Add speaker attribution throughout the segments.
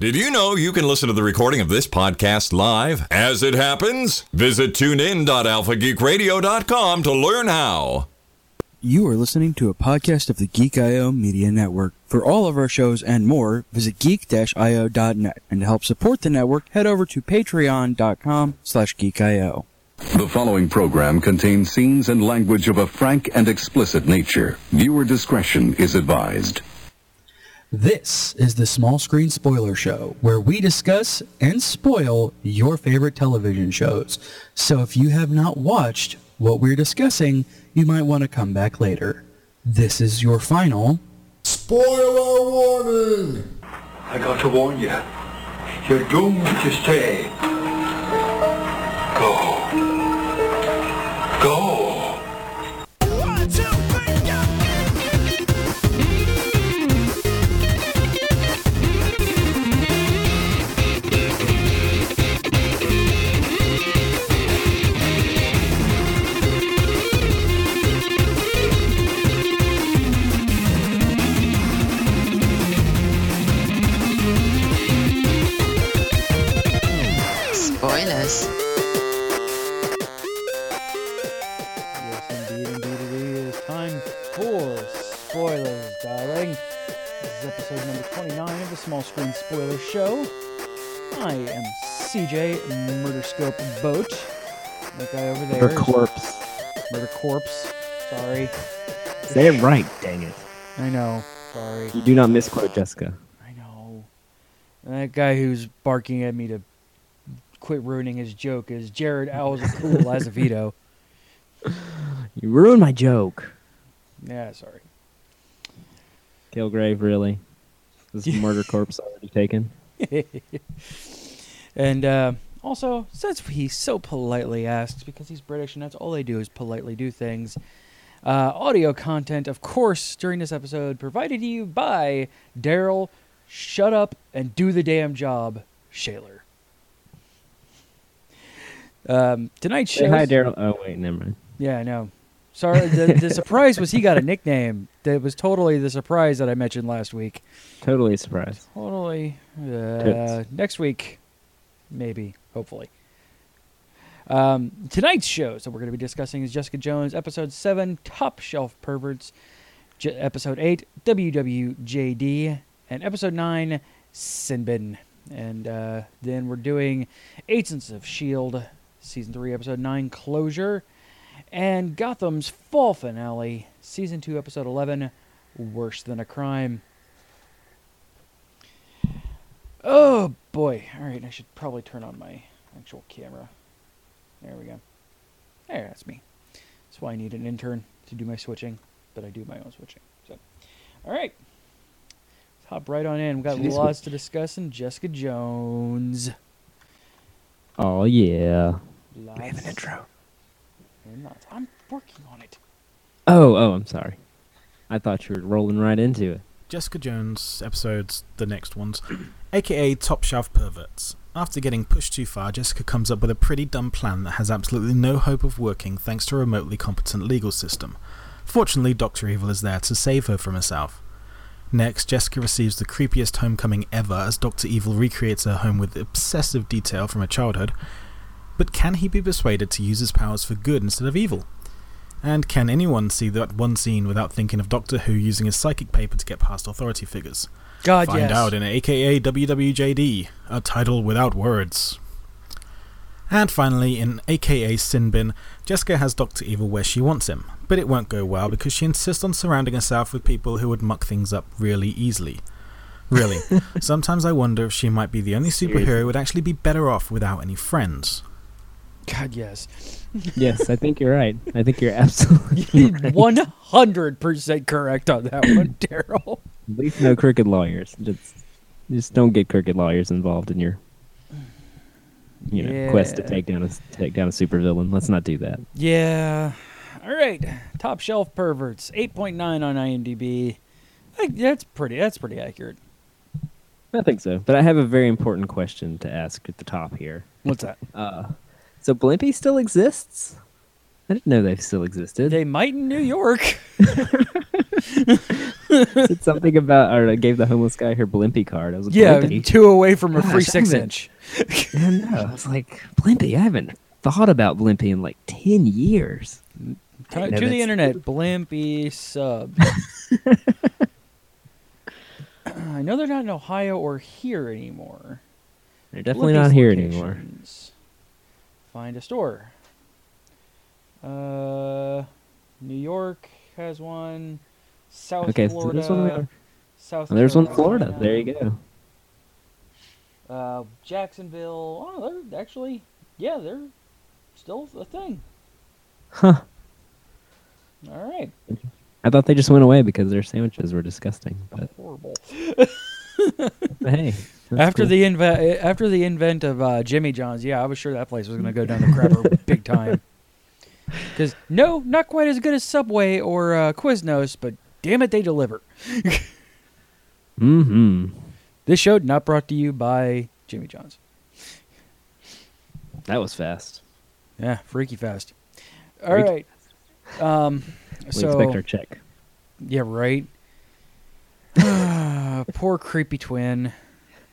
Speaker 1: Did you know you can listen to the recording of this podcast live as it happens? Visit tunein.alphageekradio.com to learn how.
Speaker 2: You are listening to a podcast of the Geek IO Media Network. For all of our shows and more, visit geek-io.net. And to help support the network, head over to patreon.com slash geekio.
Speaker 3: The following program contains scenes and language of a frank and explicit nature. Viewer discretion is advised.
Speaker 4: This is the Small Screen Spoiler Show, where we discuss and spoil your favorite television shows. So if you have not watched what we're discussing, you might want to come back later. This is your final.
Speaker 5: Spoiler warning!
Speaker 6: I got to warn you. You're doomed to stay. Go. Go.
Speaker 7: Spoilers.
Speaker 8: Yes, indeed, indeed, it is time for spoilers, darling. This is episode number 29 of the Small Screen Spoiler Show. I am CJ Murderscope Boat. That guy over there.
Speaker 9: Murder
Speaker 8: is-
Speaker 9: corpse.
Speaker 8: Murder Corpse. Sorry.
Speaker 9: Say it right, dang it.
Speaker 8: I know. Sorry.
Speaker 9: You do not misquote Jessica.
Speaker 8: I know. And that guy who's barking at me to quit ruining his joke is Jared Owls of Cool Azevedo.
Speaker 9: You ruined my joke.
Speaker 8: Yeah, sorry.
Speaker 9: Kilgrave, really? This murder corpse already taken?
Speaker 8: And uh, also, since he so politely asks, because he's British and that's all they do is politely do things, uh, audio content, of course, during this episode provided to you by Daryl, shut up and do the damn job, Shaler. Um, tonight's show.
Speaker 9: Say hi, Daryl. Oh, wait, never mind.
Speaker 8: Yeah, I know. Sorry, the, the surprise was he got a nickname that was totally the surprise that I mentioned last week.
Speaker 9: Totally surprised.
Speaker 8: Totally. Uh,
Speaker 9: Toots.
Speaker 8: next week, maybe, hopefully. Um, tonight's shows that we're going to be discussing is Jessica Jones, episode seven, Top Shelf Perverts, J- episode eight, WWJD, and episode nine, Sinbin. And uh, then we're doing Agents of Shield, E season three, episode nine, Closure, and Gotham's fall finale, season two, episode eleven, Worse Than a Crime. Oh boy. All right, I should probably turn on my actual camera. There we go. There, that's me. That's why I need an intern to do my switching, but I do my own switching. So, all right. Let's hop right on in. We've got
Speaker 9: Jeez.
Speaker 8: lots to discuss in Jessica Jones.
Speaker 9: Oh, yeah.
Speaker 8: Lots and lots. I'm working on it.
Speaker 9: Oh, oh, I'm sorry. I thought you were rolling right into it.
Speaker 10: Jessica Jones episodes, the next ones, aka Top Shelf Perverts. After getting pushed too far, Jessica comes up with a pretty dumb plan that has absolutely no hope of working thanks to a remotely competent legal system. Fortunately, Dr. Evil is there to save her from herself. Next, Jessica receives the creepiest homecoming ever as Dr. Evil recreates her home with obsessive detail from her childhood. But can he be persuaded to use his powers for good instead of evil? And can anyone see that one scene without thinking of Doctor Who using his psychic paper to get past authority figures?
Speaker 8: God,
Speaker 10: Find
Speaker 8: Uh, yes.
Speaker 10: out in AKA WWJD, a title without words. And finally, in AKA Sinbin, Jessica has Doctor Evil where she wants him, but it won't go well because she insists on surrounding herself with people who would muck things up really easily. Really, sometimes I wonder if she might be the only superhero who would actually be better off without any friends.
Speaker 8: God, yes.
Speaker 9: Yes, I think you're right. I think you're absolutely right.
Speaker 8: 100% correct on that one, Daryl.
Speaker 9: At least no crooked lawyers. Just, just don't get crooked lawyers involved in your, you know, quest to
Speaker 8: Yeah.
Speaker 9: take down a take down a supervillain. Let's not do that.
Speaker 8: Yeah. All right. Top shelf perverts. Eight point nine on IMDb. I, that's pretty. That's pretty accurate.
Speaker 9: I think so. But I have a very important question to ask at the top here.
Speaker 8: What's that?
Speaker 9: So Blimpie still exists? I didn't know they still existed.
Speaker 8: They might in New York.
Speaker 9: said something about or I gave the homeless guy her Blimpie card. I was like,
Speaker 8: Yeah,
Speaker 9: Blimpie?
Speaker 8: two away from a
Speaker 9: Gosh,
Speaker 8: free
Speaker 9: I
Speaker 8: six
Speaker 9: haven't-
Speaker 8: inch.
Speaker 9: I know. I was like, Blimpie. I haven't thought about Blimpie in like ten years.
Speaker 8: To
Speaker 9: I know
Speaker 8: to the
Speaker 9: that's-
Speaker 8: internet, Blimpy sub. I know they're not in Ohio or here anymore.
Speaker 9: They're definitely
Speaker 8: Blimpy's
Speaker 9: not here anymore.
Speaker 8: locations. Find a store. Uh, New York has one. South
Speaker 9: Okay, so
Speaker 8: Florida.
Speaker 9: there's one. There.
Speaker 8: South
Speaker 9: Oh, there's one in Florida.
Speaker 8: Carolina,
Speaker 9: There you go.
Speaker 8: Uh, Jacksonville. Oh, they're actually, yeah, they're still a thing.
Speaker 9: Huh.
Speaker 8: All right.
Speaker 9: I thought they just went away because their sandwiches were disgusting. But
Speaker 8: Horrible.
Speaker 9: hey, that's
Speaker 8: after
Speaker 9: cool.
Speaker 8: the invent after the invent of uh, Jimmy John's, yeah, I was sure that place was going to go down the crapper big time. Because no, not quite as good as Subway or uh, Quiznos, but damn it, they deliver.
Speaker 9: mm-hmm.
Speaker 8: This show not brought to you by Jimmy John's.
Speaker 9: That was fast.
Speaker 8: Yeah, freaky fast. All right.
Speaker 9: Freaky
Speaker 8: Um,
Speaker 9: We
Speaker 8: so
Speaker 9: expect our check.
Speaker 8: yeah, right. Poor creepy twin,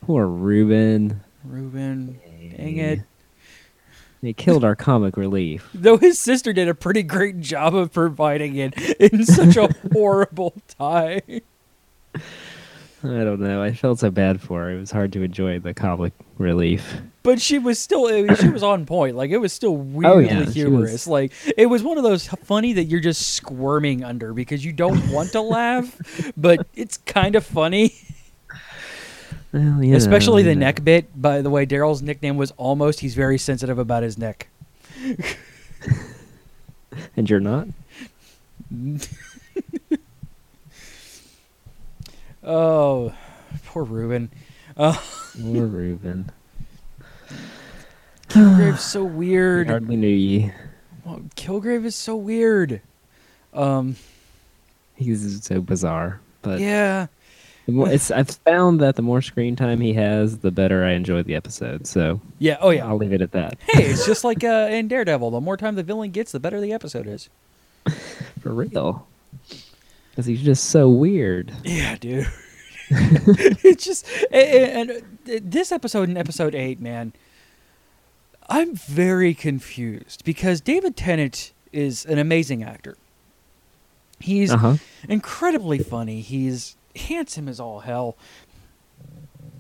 Speaker 9: Poor Ruben.
Speaker 8: Ruben. Dang it.
Speaker 9: They killed our comic relief.
Speaker 8: Though his sister did a pretty great job of providing it in such a horrible time.
Speaker 9: I don't know. I felt so bad for her. It was hard to enjoy the comic relief.
Speaker 8: but she was still I mean, she was on point like it was still
Speaker 9: Oh, yeah,
Speaker 8: weirdly
Speaker 9: she
Speaker 8: humorous
Speaker 9: was-
Speaker 8: like it was one of those funny that you're just squirming under because you don't want to laugh but it's kind of funny
Speaker 9: Well, you know,
Speaker 8: especially the
Speaker 9: you know.
Speaker 8: neck bit by the way daryl's nickname was almost he's very sensitive about his neck
Speaker 9: And you're not?
Speaker 8: oh poor ruben
Speaker 9: Poor Ruben.
Speaker 8: kilgrave's so
Speaker 9: We
Speaker 8: weird
Speaker 9: hardly knew ye.
Speaker 8: Well, kilgrave is so weird um
Speaker 9: He's so bizarre. But
Speaker 8: yeah
Speaker 9: the more, it's, I've found that the more screen time he has, the better I enjoy the episode. So
Speaker 8: yeah oh yeah
Speaker 9: I'll leave it at that.
Speaker 8: hey it's just like uh in daredevil the more time the villain gets the better the episode is
Speaker 9: For real. Because he's just so weird.
Speaker 8: Yeah, dude. it's just and, and this episode in episode 8, man. I'm very confused because David Tennant is an amazing actor. He's
Speaker 9: Uh huh.
Speaker 8: incredibly funny. He's handsome as all hell.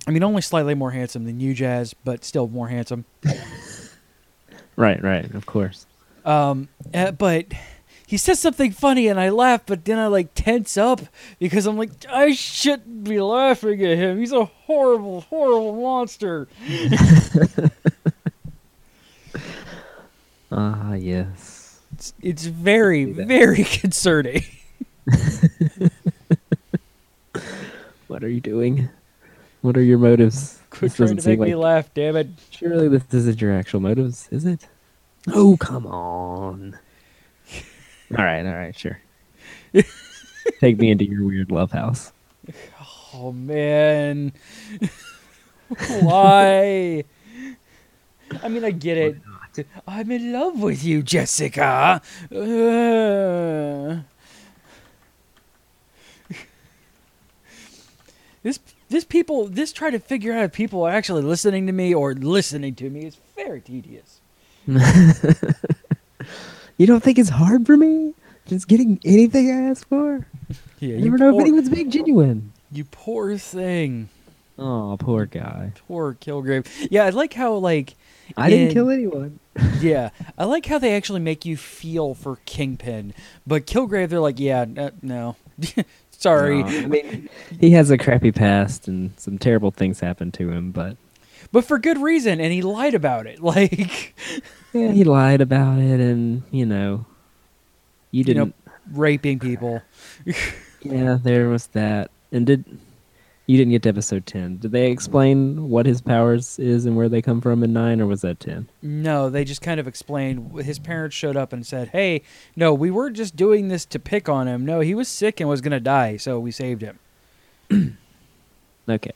Speaker 8: I mean, only slightly more handsome than you, Jazz, but still more handsome.
Speaker 9: Right, right. Of course.
Speaker 8: Um, uh, but he says something funny, and I laugh, but then I like tense up because I'm like, I shouldn't be laughing at him. He's a horrible, horrible monster.
Speaker 9: Ah, yes.
Speaker 8: It's, it's very,
Speaker 9: that.
Speaker 8: very concerning.
Speaker 9: What are you doing? What are your motives?
Speaker 8: Quit trying to make me laugh, damn it.
Speaker 9: Surely this isn't your actual motives, is it? Oh, come on. all right, all right, sure. Take me into your weird love house.
Speaker 8: Oh man, why? I mean, I get it. I'm in love with you, Jessica. Uh. this this people this trying to figure out if people are actually listening to me or listening to me is very tedious.
Speaker 9: You don't think it's hard for me? Just getting anything I ask for?
Speaker 8: Yeah,
Speaker 9: I never know if anyone's being genuine.
Speaker 8: you poor thing,
Speaker 9: Oh, poor guy.
Speaker 8: poor Kilgrave. Yeah, I like how like
Speaker 9: I didn't
Speaker 8: in-
Speaker 9: kill anyone.
Speaker 8: Yeah, I like how they actually make you feel for Kingpin, but Kilgrave, they're like, yeah, uh, no, sorry.
Speaker 9: No, I mean, he has a crappy past and some terrible things happened to him, but
Speaker 8: but for good reason, and he lied about it. Like,
Speaker 9: yeah, he lied about it, and you know, you
Speaker 8: you know,
Speaker 9: didn't.
Speaker 8: raping people.
Speaker 9: yeah, there was that. And did you didn't get to episode ten? Did they explain what his powers is and where they come from in nine, or was that ten?
Speaker 8: No, they just kind of explained. His parents showed up and said, "Hey, no, we weren't just doing this to pick on him. No, he was sick and was gonna die, so we saved him."
Speaker 9: Okay,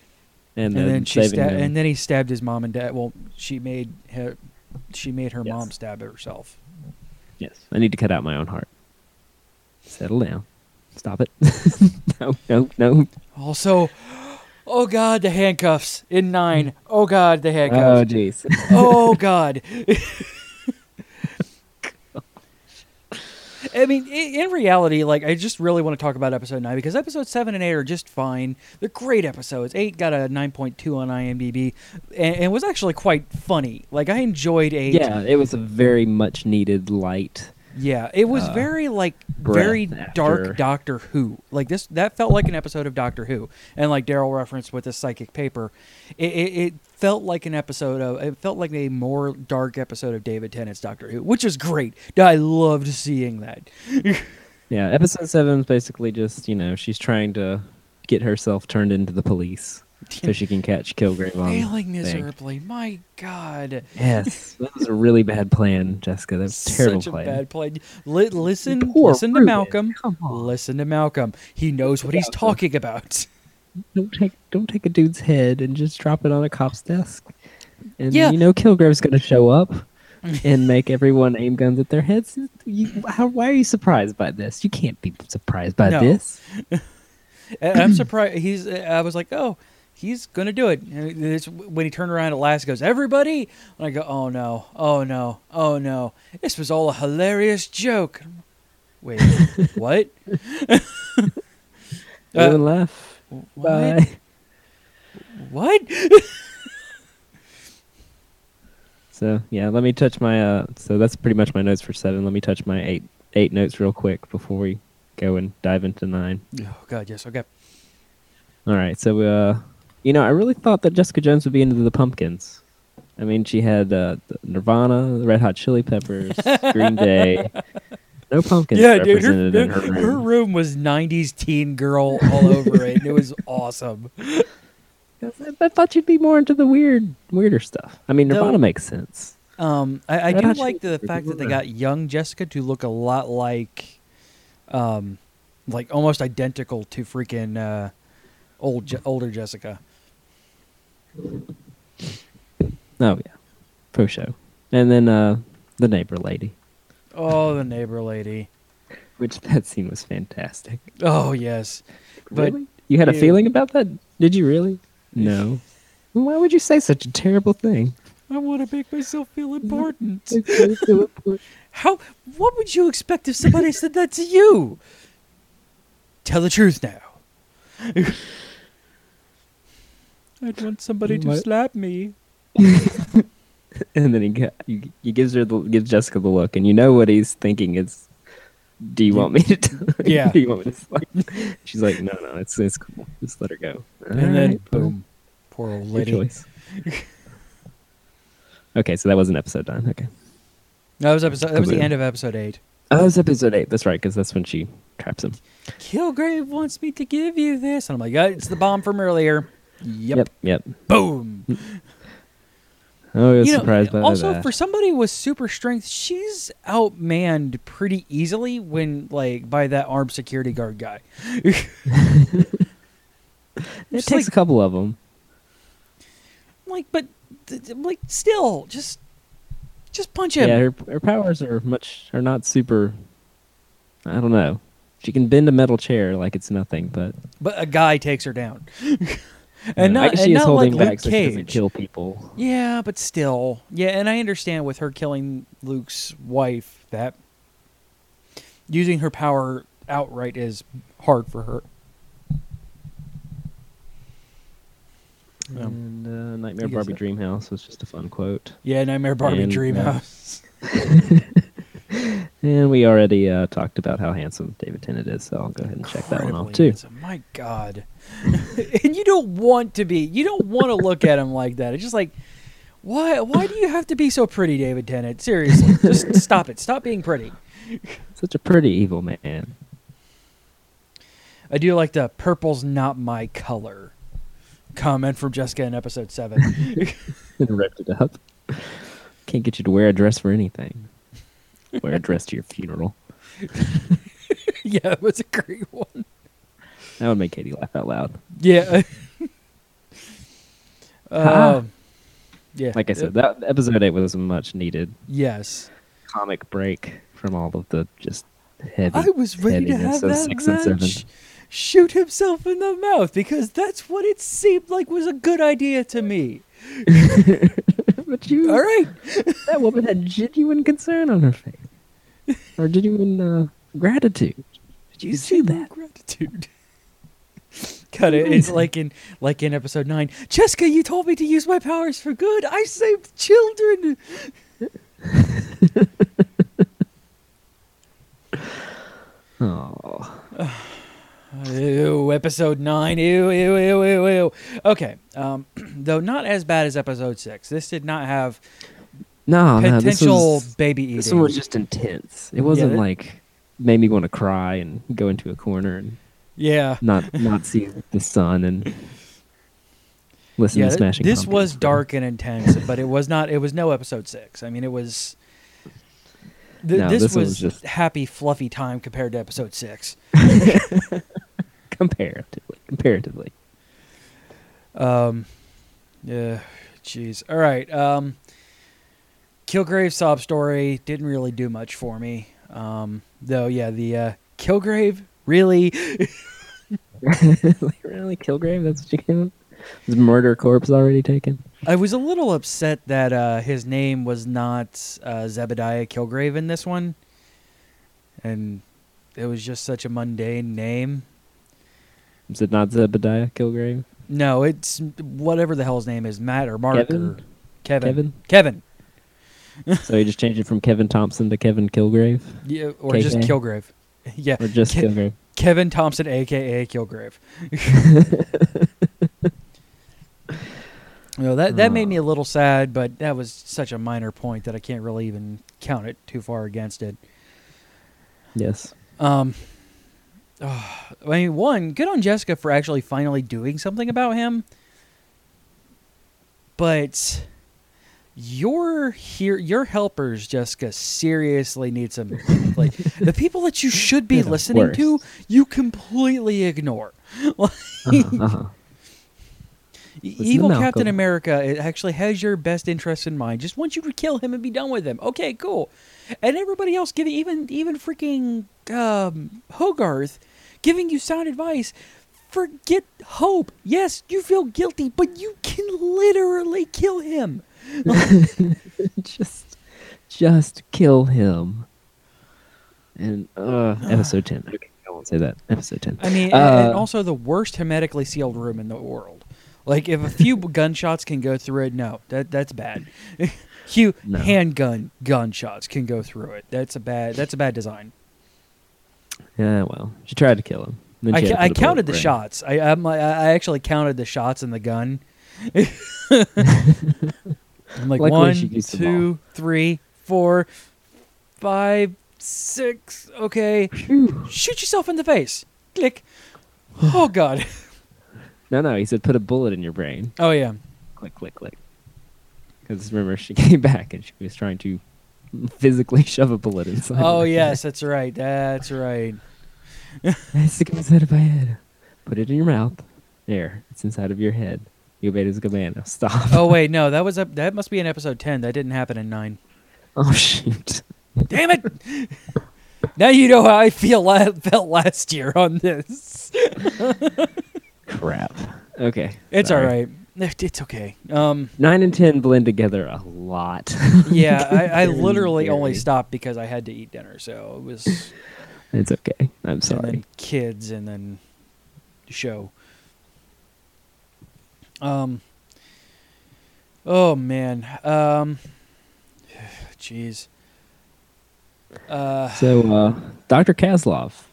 Speaker 9: and,
Speaker 8: And, then she
Speaker 9: saving
Speaker 8: sta-
Speaker 9: him.
Speaker 8: and then he stabbed his mom and dad. Well, she made her, she made her
Speaker 9: Yes.
Speaker 8: mom stab herself.
Speaker 9: yes, I need to cut out my own heart. Settle down. Stop it. no, no, no.
Speaker 8: Also, oh god, the handcuffs in nine. Oh god, the
Speaker 9: Oh,
Speaker 8: handcuffs.
Speaker 9: jeez.
Speaker 8: Oh, god. I mean, i- in reality, like I just really want to talk about episode nine because episode seven and eight are just fine. They're great episodes. Eight got a nine point two on IMDb, and, and was actually quite funny. Like I enjoyed eight.
Speaker 9: Yeah, it was a very much needed light.
Speaker 8: Yeah, it was very like very
Speaker 9: Uh, breath after-
Speaker 8: dark Doctor Who. Like this, that felt like an episode of Doctor Who, and like Daryl referenced with the psychic paper, it, it, it felt like an episode of. It felt like a more dark episode of David Tennant's Doctor Who, which is great. I loved seeing that.
Speaker 9: Yeah, episode seven is basically just you know she's trying to get herself turned into the police so she can catch Kilgrave on.
Speaker 8: Failing
Speaker 9: thing.
Speaker 8: miserably, my God,
Speaker 9: Yes, that was a really bad plan, Jessica. That was a terrible
Speaker 8: such a
Speaker 9: plan.
Speaker 8: bad play. Li- listen,
Speaker 9: Poor
Speaker 8: listen to
Speaker 9: Ruben,
Speaker 8: Malcolm.
Speaker 9: come on.
Speaker 8: Listen to Malcolm. He knows what he's talking about.
Speaker 9: Don't take don't take a dude's head and just drop it on a cop's desk. And
Speaker 8: Yeah.
Speaker 9: you know Kilgrave's going to show up and make everyone aim guns at their heads. You, how, why are you surprised by this? You can't be surprised by
Speaker 8: No.
Speaker 9: this.
Speaker 8: And I'm surprised. He's. I was like, oh, he's gonna do it. And it's when he turned around at last, he goes, everybody. And I go, oh no, oh no, oh no. This was all a hilarious joke. Wait, what?
Speaker 9: Live
Speaker 8: Uh,
Speaker 9: and laugh.
Speaker 8: what?
Speaker 9: Bye.
Speaker 8: What?
Speaker 9: So yeah, let me touch my. Uh, so that's pretty much my notes for seven. Let me touch my eight eight notes real quick before we go and dive into nine.
Speaker 8: oh God, yes. Okay.
Speaker 9: All right, so uh, you know, I really thought that Jessica Jones would be into the Pumpkins. I mean, she had uh, the Nirvana, the Red Hot Chili Peppers, Green Day. No pumpkins
Speaker 8: Yeah, dude. Her,
Speaker 9: represented in
Speaker 8: her,
Speaker 9: her
Speaker 8: her
Speaker 9: room.
Speaker 8: room was '90s teen girl all over it, and it was awesome.
Speaker 9: I- I thought she'd be more into the weird, weirder stuff. I mean,
Speaker 8: No.
Speaker 9: Nirvana makes sense.
Speaker 8: Um, I, I
Speaker 9: Red
Speaker 8: do
Speaker 9: Hot Chili
Speaker 8: like the
Speaker 9: Peppers,
Speaker 8: fact that they
Speaker 9: yeah.
Speaker 8: got young Jessica to look a lot like, um, like almost identical to freaking uh, old Je- older Jessica.
Speaker 9: Oh yeah, pro show. And then uh, the neighbor lady,
Speaker 8: Oh, the neighbor lady.
Speaker 9: which that scene was fantastic.
Speaker 8: Oh yes, but
Speaker 9: Really? You had a
Speaker 8: Yeah.
Speaker 9: feeling about that? Did you really? No. Why would you say such a terrible thing?
Speaker 8: I want to make myself feel important.
Speaker 9: I
Speaker 8: How? What would you expect if somebody said that to you? Tell the truth now. I'd want somebody to
Speaker 9: What?
Speaker 8: slap me.
Speaker 9: and then he, got, he he gives her the, gives Jessica the look, and you know what he's thinking is, do you want me to? Tell her?
Speaker 8: Yeah.
Speaker 9: do you want me to? slap?" She's like, no, no, it's it's cool. Just let her go.
Speaker 8: And then
Speaker 9: Alright, well,
Speaker 8: boom, poor old
Speaker 9: Your
Speaker 8: lady.
Speaker 9: choice. okay, so that wasn't episode nine. Okay.
Speaker 8: That was episode. That was the
Speaker 9: Kaboom.
Speaker 8: end of episode eight.
Speaker 9: Oh, it's episode eight. That's right, because that's when she traps him.
Speaker 8: Kilgrave wants me to give you this, and I'm like, "Uh, it's the bomb from earlier. Yep.
Speaker 9: Yep.
Speaker 8: Boom.
Speaker 9: Oh, I was
Speaker 8: you
Speaker 9: surprised
Speaker 8: know,
Speaker 9: by
Speaker 8: also
Speaker 9: that.
Speaker 8: for somebody with super strength, she's outmanned pretty easily when like by that armed security guard guy.
Speaker 9: it
Speaker 8: just
Speaker 9: takes
Speaker 8: like-
Speaker 9: a couple of them.
Speaker 8: like, but th- th- like still, just just punch him.
Speaker 9: Yeah, her, her powers are much are not super. I don't know. She can bend a metal chair like it's nothing, but
Speaker 8: but a guy takes her down.
Speaker 9: you
Speaker 8: and
Speaker 9: know,
Speaker 8: not,
Speaker 9: I guess
Speaker 8: and
Speaker 9: she is
Speaker 8: not
Speaker 9: holding
Speaker 8: like
Speaker 9: back
Speaker 8: Luke
Speaker 9: so she doesn't
Speaker 8: Cage.
Speaker 9: kill people.
Speaker 8: Yeah, but still. Yeah, and I understand with her killing Luke's wife that using her power outright is hard for her. Yeah,
Speaker 9: And uh, Nightmare
Speaker 8: I guess
Speaker 9: Barbie
Speaker 8: that-
Speaker 9: Dream House was just a fun quote.
Speaker 8: yeah Nightmare Barbie
Speaker 9: And,
Speaker 8: Dream
Speaker 9: uh,
Speaker 8: House.
Speaker 9: And we already uh, talked about how handsome David Tennant is, so I'll go ahead and check that one off
Speaker 8: Incredibly
Speaker 9: too.
Speaker 8: handsome. My God. and you don't want to be. You don't want to look at him like that. It's just like, why? Why do you have to be so pretty, David Tennant? Seriously, just stop it. Stop being pretty.
Speaker 9: Such a pretty evil man.
Speaker 8: I do like the purple's not my color comment from Jessica in episode seven.
Speaker 9: and ripped it up. Can't get you to wear a dress for anything. Wear a dress to your funeral.
Speaker 8: yeah, it was a great one.
Speaker 9: That would make Katie laugh out loud.
Speaker 8: Yeah.
Speaker 9: Ha.
Speaker 8: um, yeah.
Speaker 9: Like I
Speaker 8: Uh,
Speaker 9: said, that episode eight was a much needed
Speaker 8: yes.
Speaker 9: comic break from all of the just heavy.
Speaker 8: I was ready to
Speaker 9: heaviness
Speaker 8: have
Speaker 9: of
Speaker 8: that
Speaker 9: six
Speaker 8: man
Speaker 9: and seven.
Speaker 8: sh- shoot himself in the mouth because that's what it seemed like was a good idea to me.
Speaker 9: But you,
Speaker 8: All right,
Speaker 9: that woman had genuine concern on her face, or genuine uh, gratitude. Did you see
Speaker 8: Zero
Speaker 9: that?
Speaker 8: Gratitude. Cut it. It's like in like in episode nine. Jessica, you told me to use my powers for good. I saved children.
Speaker 9: Oh,
Speaker 8: Ew, episode nine. Ew, ew, ew, ew, ew. Okay. Um, though not as bad as episode six. This did not have
Speaker 9: no, no, this
Speaker 8: potential
Speaker 9: was,
Speaker 8: baby eating.
Speaker 9: this one was just intense. It wasn't
Speaker 8: that-
Speaker 9: like made me want to cry and go into a corner and
Speaker 8: yeah.
Speaker 9: not not see the sun and listen
Speaker 8: yeah,
Speaker 9: to
Speaker 8: th-
Speaker 9: smashing.
Speaker 8: this
Speaker 9: Pumpkins.
Speaker 8: was dark and intense, but it was not. It was no episode six. I mean, it was. Th-
Speaker 9: No,
Speaker 8: this,
Speaker 9: this one
Speaker 8: was
Speaker 9: was just-
Speaker 8: happy, fluffy time compared to episode six.
Speaker 9: comparatively. Comparatively,
Speaker 8: Um, yeah, jeez. All right. Um, Kilgrave sob story didn't really do much for me. Um, though, yeah, the uh, Kilgrave really.
Speaker 9: like really, Kilgrave. That's what you came up. Was murder corpse already taken?
Speaker 8: I was a little upset that uh, his name was not uh, Zebediah Kilgrave in this one, and it was just such a mundane name.
Speaker 9: Is it not Zebediah Kilgrave?
Speaker 8: No, it's whatever the hell his name is, Matt or Mark or
Speaker 9: Kevin?
Speaker 8: Kevin.
Speaker 9: Kevin?
Speaker 8: Kevin.
Speaker 9: so he just changed it from Kevin Thompson to Kevin Kilgrave,
Speaker 8: Yeah, or just
Speaker 9: KK.
Speaker 8: Kilgrave. Yeah,
Speaker 9: or just
Speaker 8: Ke-
Speaker 9: Kilgrave.
Speaker 8: Kevin Thompson, aka Kilgrave. no, that that
Speaker 9: Oh.
Speaker 8: made me a little sad, but that was such a minor point that I can't really even count it too far against it.
Speaker 9: Yes.
Speaker 8: Um, oh, I mean, one, good on Jessica for actually finally doing something about him. But your here, your helpers, Jessica, seriously need some like the people that you should be
Speaker 9: They're the
Speaker 8: listening to.
Speaker 9: worst.
Speaker 8: You completely ignore. Like,
Speaker 9: Uh-huh. to
Speaker 8: Evil Captain
Speaker 9: Malcolm.
Speaker 8: America it actually has your best interests in mind. Just wants you to kill him and be done with him. Okay, cool. And everybody else giving even even freaking um, Hogarth giving you sound advice. Forget hope. Yes, you feel guilty, but you can literally kill him.
Speaker 9: just, just kill him. And uh, episode ten. Okay, I won't say that. Episode ten.
Speaker 8: Ah. I mean, a- and
Speaker 9: Uh,
Speaker 8: also the worst hermetically sealed room in the world. Like if a few gunshots can go through it, no, that that's bad. Hugh
Speaker 9: No.
Speaker 8: handgun gunshots can go through it. That's a bad. That's a bad design.
Speaker 9: yeah. Well, she tried to kill him. Then
Speaker 8: I,
Speaker 9: she
Speaker 8: ca-
Speaker 9: had to
Speaker 8: I
Speaker 9: put a bullet
Speaker 8: counted the
Speaker 9: where it-
Speaker 8: shots. I I'm, like- I I actually counted the shots in the gun. I'm like
Speaker 9: Luckily,
Speaker 8: one,
Speaker 9: she used them
Speaker 8: two, three, four, five, six. Okay, shoot yourself in the face. Click. Oh God.
Speaker 9: No, no. He said, "Put a bullet in your brain."
Speaker 8: Oh yeah.
Speaker 9: Click, click, click. Because remember, she came back and she was trying to physically shove a bullet inside.
Speaker 8: Oh
Speaker 9: her.
Speaker 8: yes, that's right. That's right.
Speaker 9: I stick it inside of my head. Put it in your mouth. There, it's inside of your head. You obeyed his command. Now stop.
Speaker 8: Oh wait, no, that was a, that must be in episode ten. That didn't happen in nine.
Speaker 9: Oh shoot.
Speaker 8: Damn it! now you know how I feel la- felt last year on this.
Speaker 9: Crap. Okay.
Speaker 8: It's
Speaker 9: sorry.
Speaker 8: all right. It- It's okay. Um,
Speaker 9: Nine and ten blend together a lot.
Speaker 8: yeah, I, I literally only
Speaker 9: Very.
Speaker 8: stopped because I had to eat dinner, so it was
Speaker 9: it's okay. I'm
Speaker 8: and then
Speaker 9: sorry.
Speaker 8: kids and then show. Um. Oh man. Um. Jeez. Uh.
Speaker 9: So, uh, Doctor Kazlov,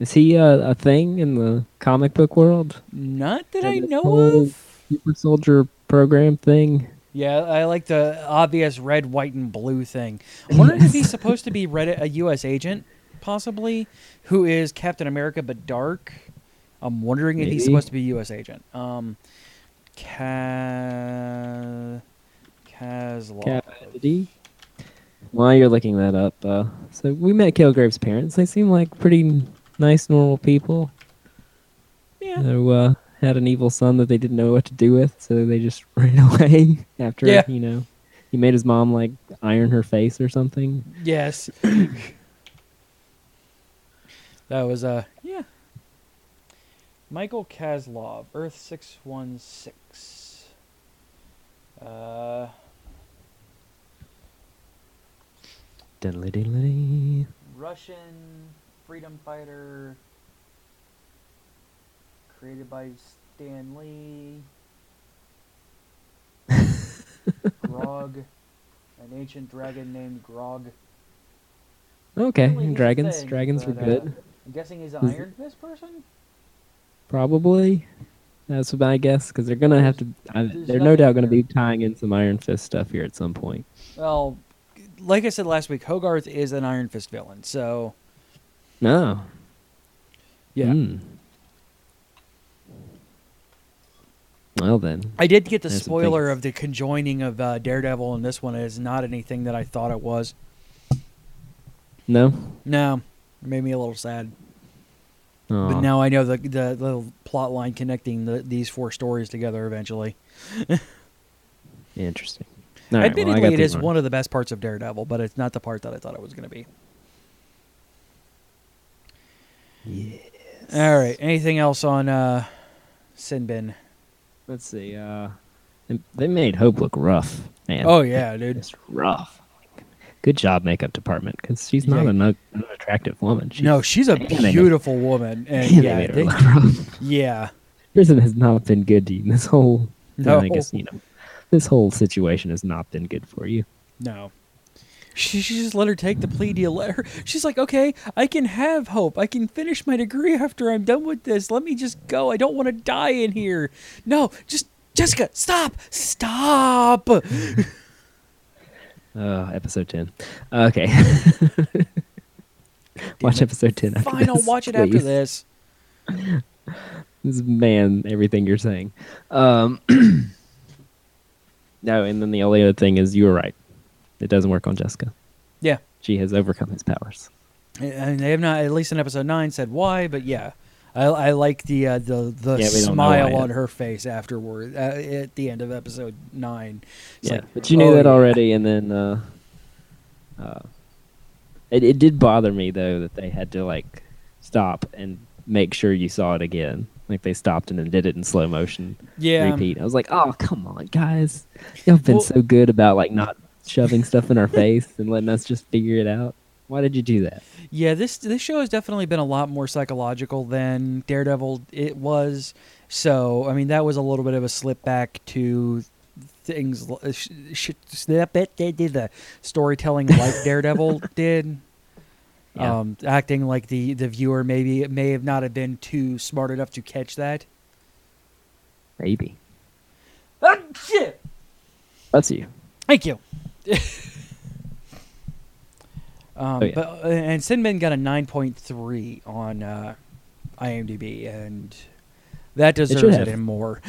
Speaker 9: is he uh, a thing in the comic book world?
Speaker 8: Not that
Speaker 9: Yeah,
Speaker 8: I
Speaker 9: this
Speaker 8: know
Speaker 9: whole
Speaker 8: of.
Speaker 9: Super Soldier program thing.
Speaker 8: Yeah, I like the obvious red, white, and blue thing. I'm wondering if he's supposed to be red, a U.S. agent, possibly, who is Captain America but dark. I'm wondering if he's
Speaker 9: Maybe.
Speaker 8: supposed to be U.S. agent. Um, Ka- Kazlov.
Speaker 9: Cavity. While you're looking that up, uh, so we met Kilgrave's parents. They seem like pretty nice, normal people
Speaker 8: yeah.
Speaker 9: who uh, had an evil son that they didn't know what to do with, so they just ran away after
Speaker 8: Yeah.
Speaker 9: you know he made his mom like iron her face or something.
Speaker 8: Yes. That was uh yeah. Michael Kaslov, Earth six one six. Uh
Speaker 9: Diddly diddly.
Speaker 8: Russian freedom fighter created by Stan Lee. Grog, an ancient dragon named Grog.
Speaker 9: Okay,
Speaker 8: Really his
Speaker 9: dragons.
Speaker 8: thing,
Speaker 9: dragons were
Speaker 8: but, uh,
Speaker 9: good.
Speaker 8: I'm guessing he's an
Speaker 9: Was it-
Speaker 8: Iron Fist person?
Speaker 9: Probably. That's my guess, because they're gonna have to. I,
Speaker 8: There's
Speaker 9: they're no
Speaker 8: nothing
Speaker 9: doubt gonna
Speaker 8: there.
Speaker 9: be tying in some Iron Fist stuff here at some point.
Speaker 8: Well, like I said last week, Hogarth is an Iron Fist villain, so
Speaker 9: No.
Speaker 8: yeah.
Speaker 9: Mm. Well then,
Speaker 8: I did get the
Speaker 9: There's some
Speaker 8: spoiler
Speaker 9: things.
Speaker 8: of the conjoining of uh, Daredevil in this one. It is not anything that I thought it was.
Speaker 9: no.
Speaker 8: No, it made me a little sad.
Speaker 9: Aw. Uh-huh.
Speaker 8: But now I know the the little plot line connecting the, these four stories together eventually.
Speaker 9: interesting. All right, well, I
Speaker 8: Admittedly,
Speaker 9: got
Speaker 8: it
Speaker 9: the
Speaker 8: is
Speaker 9: wrong-
Speaker 8: one of the best parts of Daredevil, but it's not the part that I thought it was going to be. All right. Anything else on uh, Sinbin?
Speaker 9: Let's see. Uh, they- they made Hope look rough, man.
Speaker 8: Oh yeah, dude.
Speaker 9: just rough. Good job, makeup department, because she's not
Speaker 8: Yeah.
Speaker 9: an, an attractive woman. She's
Speaker 8: No, she's a
Speaker 9: Man, they made-
Speaker 8: beautiful woman. And
Speaker 9: man, they
Speaker 8: yeah,
Speaker 9: made her
Speaker 8: they-
Speaker 9: look rough.
Speaker 8: yeah.
Speaker 9: Prison has not been good to you. This whole,
Speaker 8: No.
Speaker 9: I guess you know, this whole situation has not been good for you.
Speaker 8: No. She, she just let her take the plea deal. Let her, she's like, okay, I can have hope. I can finish my degree after I'm done with this. Let me just go. I don't want to die in here. No, just Jessica, stop, stop.
Speaker 9: Mm-hmm. Uh, episode ten. Okay. watch episode ten. After
Speaker 8: Fine, I'll
Speaker 9: this,
Speaker 8: watch it after
Speaker 9: please.
Speaker 8: this.
Speaker 9: This man, everything you're saying. Um, no, and then the only other thing is you were right. It doesn't work on Jessica.
Speaker 8: Yeah,
Speaker 9: She has overcome his powers.
Speaker 8: and- and they have not, at least in episode nine, said why. But yeah, I, I like the uh, the the
Speaker 9: Yeah, we don't know
Speaker 8: smile
Speaker 9: why
Speaker 8: on
Speaker 9: yet.
Speaker 8: her face afterward uh, at the end of episode nine. It's
Speaker 9: yeah,
Speaker 8: like,
Speaker 9: but you knew
Speaker 8: oh,
Speaker 9: that
Speaker 8: yeah.
Speaker 9: already, and then uh, uh, it it did bother me though that they had to like stop and make sure you saw it again. Like they stopped and then did it in slow motion.
Speaker 8: Yeah. um,
Speaker 9: repeat. I was like, oh come on, guys, y'all have been
Speaker 8: Well-
Speaker 9: so good about like not shoving stuff in our face and letting us just figure it out. Why did you do that?
Speaker 8: Yeah, this this show has definitely been a lot more psychological than Daredevil it was. So, I mean, that was a little bit of a slip back to things l- uh, sh- sh- snap it, they did the storytelling like Daredevil did.
Speaker 9: Yeah.
Speaker 8: Um, acting like the the viewer maybe may have not have been too smart enough to catch that.
Speaker 9: Maybe
Speaker 8: Ah, shit.
Speaker 9: that's you.
Speaker 8: Thank you. um,
Speaker 9: Oh, yeah.
Speaker 8: but, uh, and Sinbin got a 9.3 on uh, IMDb, and that
Speaker 9: should
Speaker 8: deserves it,
Speaker 9: have.
Speaker 8: and more.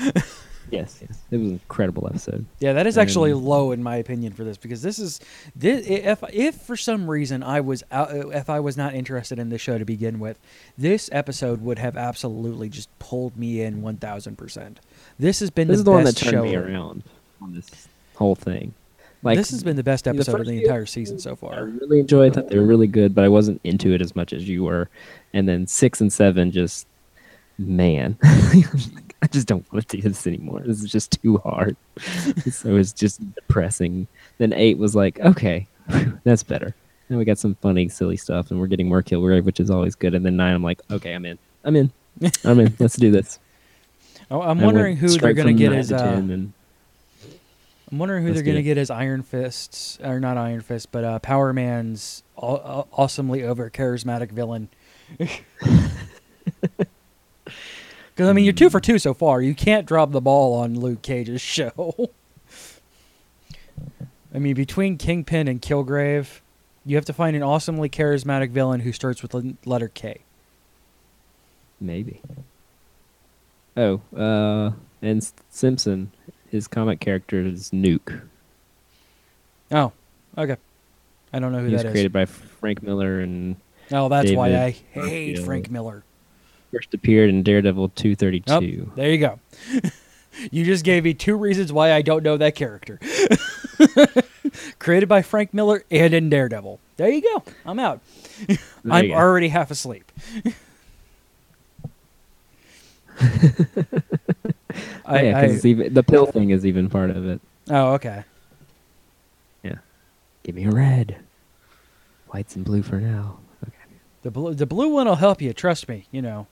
Speaker 9: Yes, yes, it was an incredible episode.
Speaker 8: yeah, that is
Speaker 9: And-
Speaker 8: actually low in my opinion for this because this is this, if if for some reason I was out, if I was not interested in the show to begin with, this episode would have absolutely just pulled me in 1,000%. This has been
Speaker 9: This
Speaker 8: the,
Speaker 9: is the one that
Speaker 8: best
Speaker 9: turned
Speaker 8: show.
Speaker 9: me around on this whole thing. Like
Speaker 8: this has been the best
Speaker 9: the
Speaker 8: episode of
Speaker 9: first
Speaker 8: the
Speaker 9: few
Speaker 8: entire season so far.
Speaker 9: I really enjoyed. I thought they were really good, but I wasn't into it as much as you were. And then six and seven, just man, I just don't want to do this anymore. This is just too hard. so it's just depressing. Then eight was like, okay, that's better. Now we got some funny, silly stuff, and we're getting more kill rate, which is always good. And then nine, I'm like, okay, I'm in. I'm in. I'm in. Let's do this.
Speaker 8: Oh, I'm
Speaker 9: I went
Speaker 8: wondering who they're
Speaker 9: straight
Speaker 8: going to
Speaker 9: from
Speaker 8: get
Speaker 9: nine
Speaker 8: as
Speaker 9: to
Speaker 8: uh,
Speaker 9: 10 and-
Speaker 8: I'm wondering who
Speaker 9: Let's
Speaker 8: they're
Speaker 9: do
Speaker 8: going to
Speaker 9: it.
Speaker 8: get as Iron Fists or not Iron Fist, but uh, Power Man's aw- aw- awesomely over charismatic villain. Because I mean, you're two for two so far. You can't drop the ball on Luke Cage's show. I mean, between Kingpin and Kilgrave, you have to find an awesomely charismatic villain who starts with the letter K.
Speaker 9: Maybe. Oh, uh, and S- Simpson, his comic character is Nuke.
Speaker 8: Oh, okay. I don't know who
Speaker 9: He was
Speaker 8: that is.
Speaker 9: created by Frank Miller and
Speaker 8: oh, that's why
Speaker 9: David
Speaker 8: I hate
Speaker 9: Arquette.
Speaker 8: Frank Miller.
Speaker 9: first appeared in Daredevil
Speaker 8: Nope,
Speaker 9: 232.
Speaker 8: there you go. you just gave me two reasons why I don't know that character. created by Frank Miller and in Daredevil. There you go. I'm out.
Speaker 9: There
Speaker 8: I'm
Speaker 9: you go.
Speaker 8: already half asleep. I,
Speaker 9: Oh, yeah,
Speaker 8: I-
Speaker 9: because even the pill thing is even part of it.
Speaker 8: oh, okay.
Speaker 9: Yeah. Give me a red. Whites and blue for now. Okay.
Speaker 8: The blue, the blue one will help you. Trust me. You know,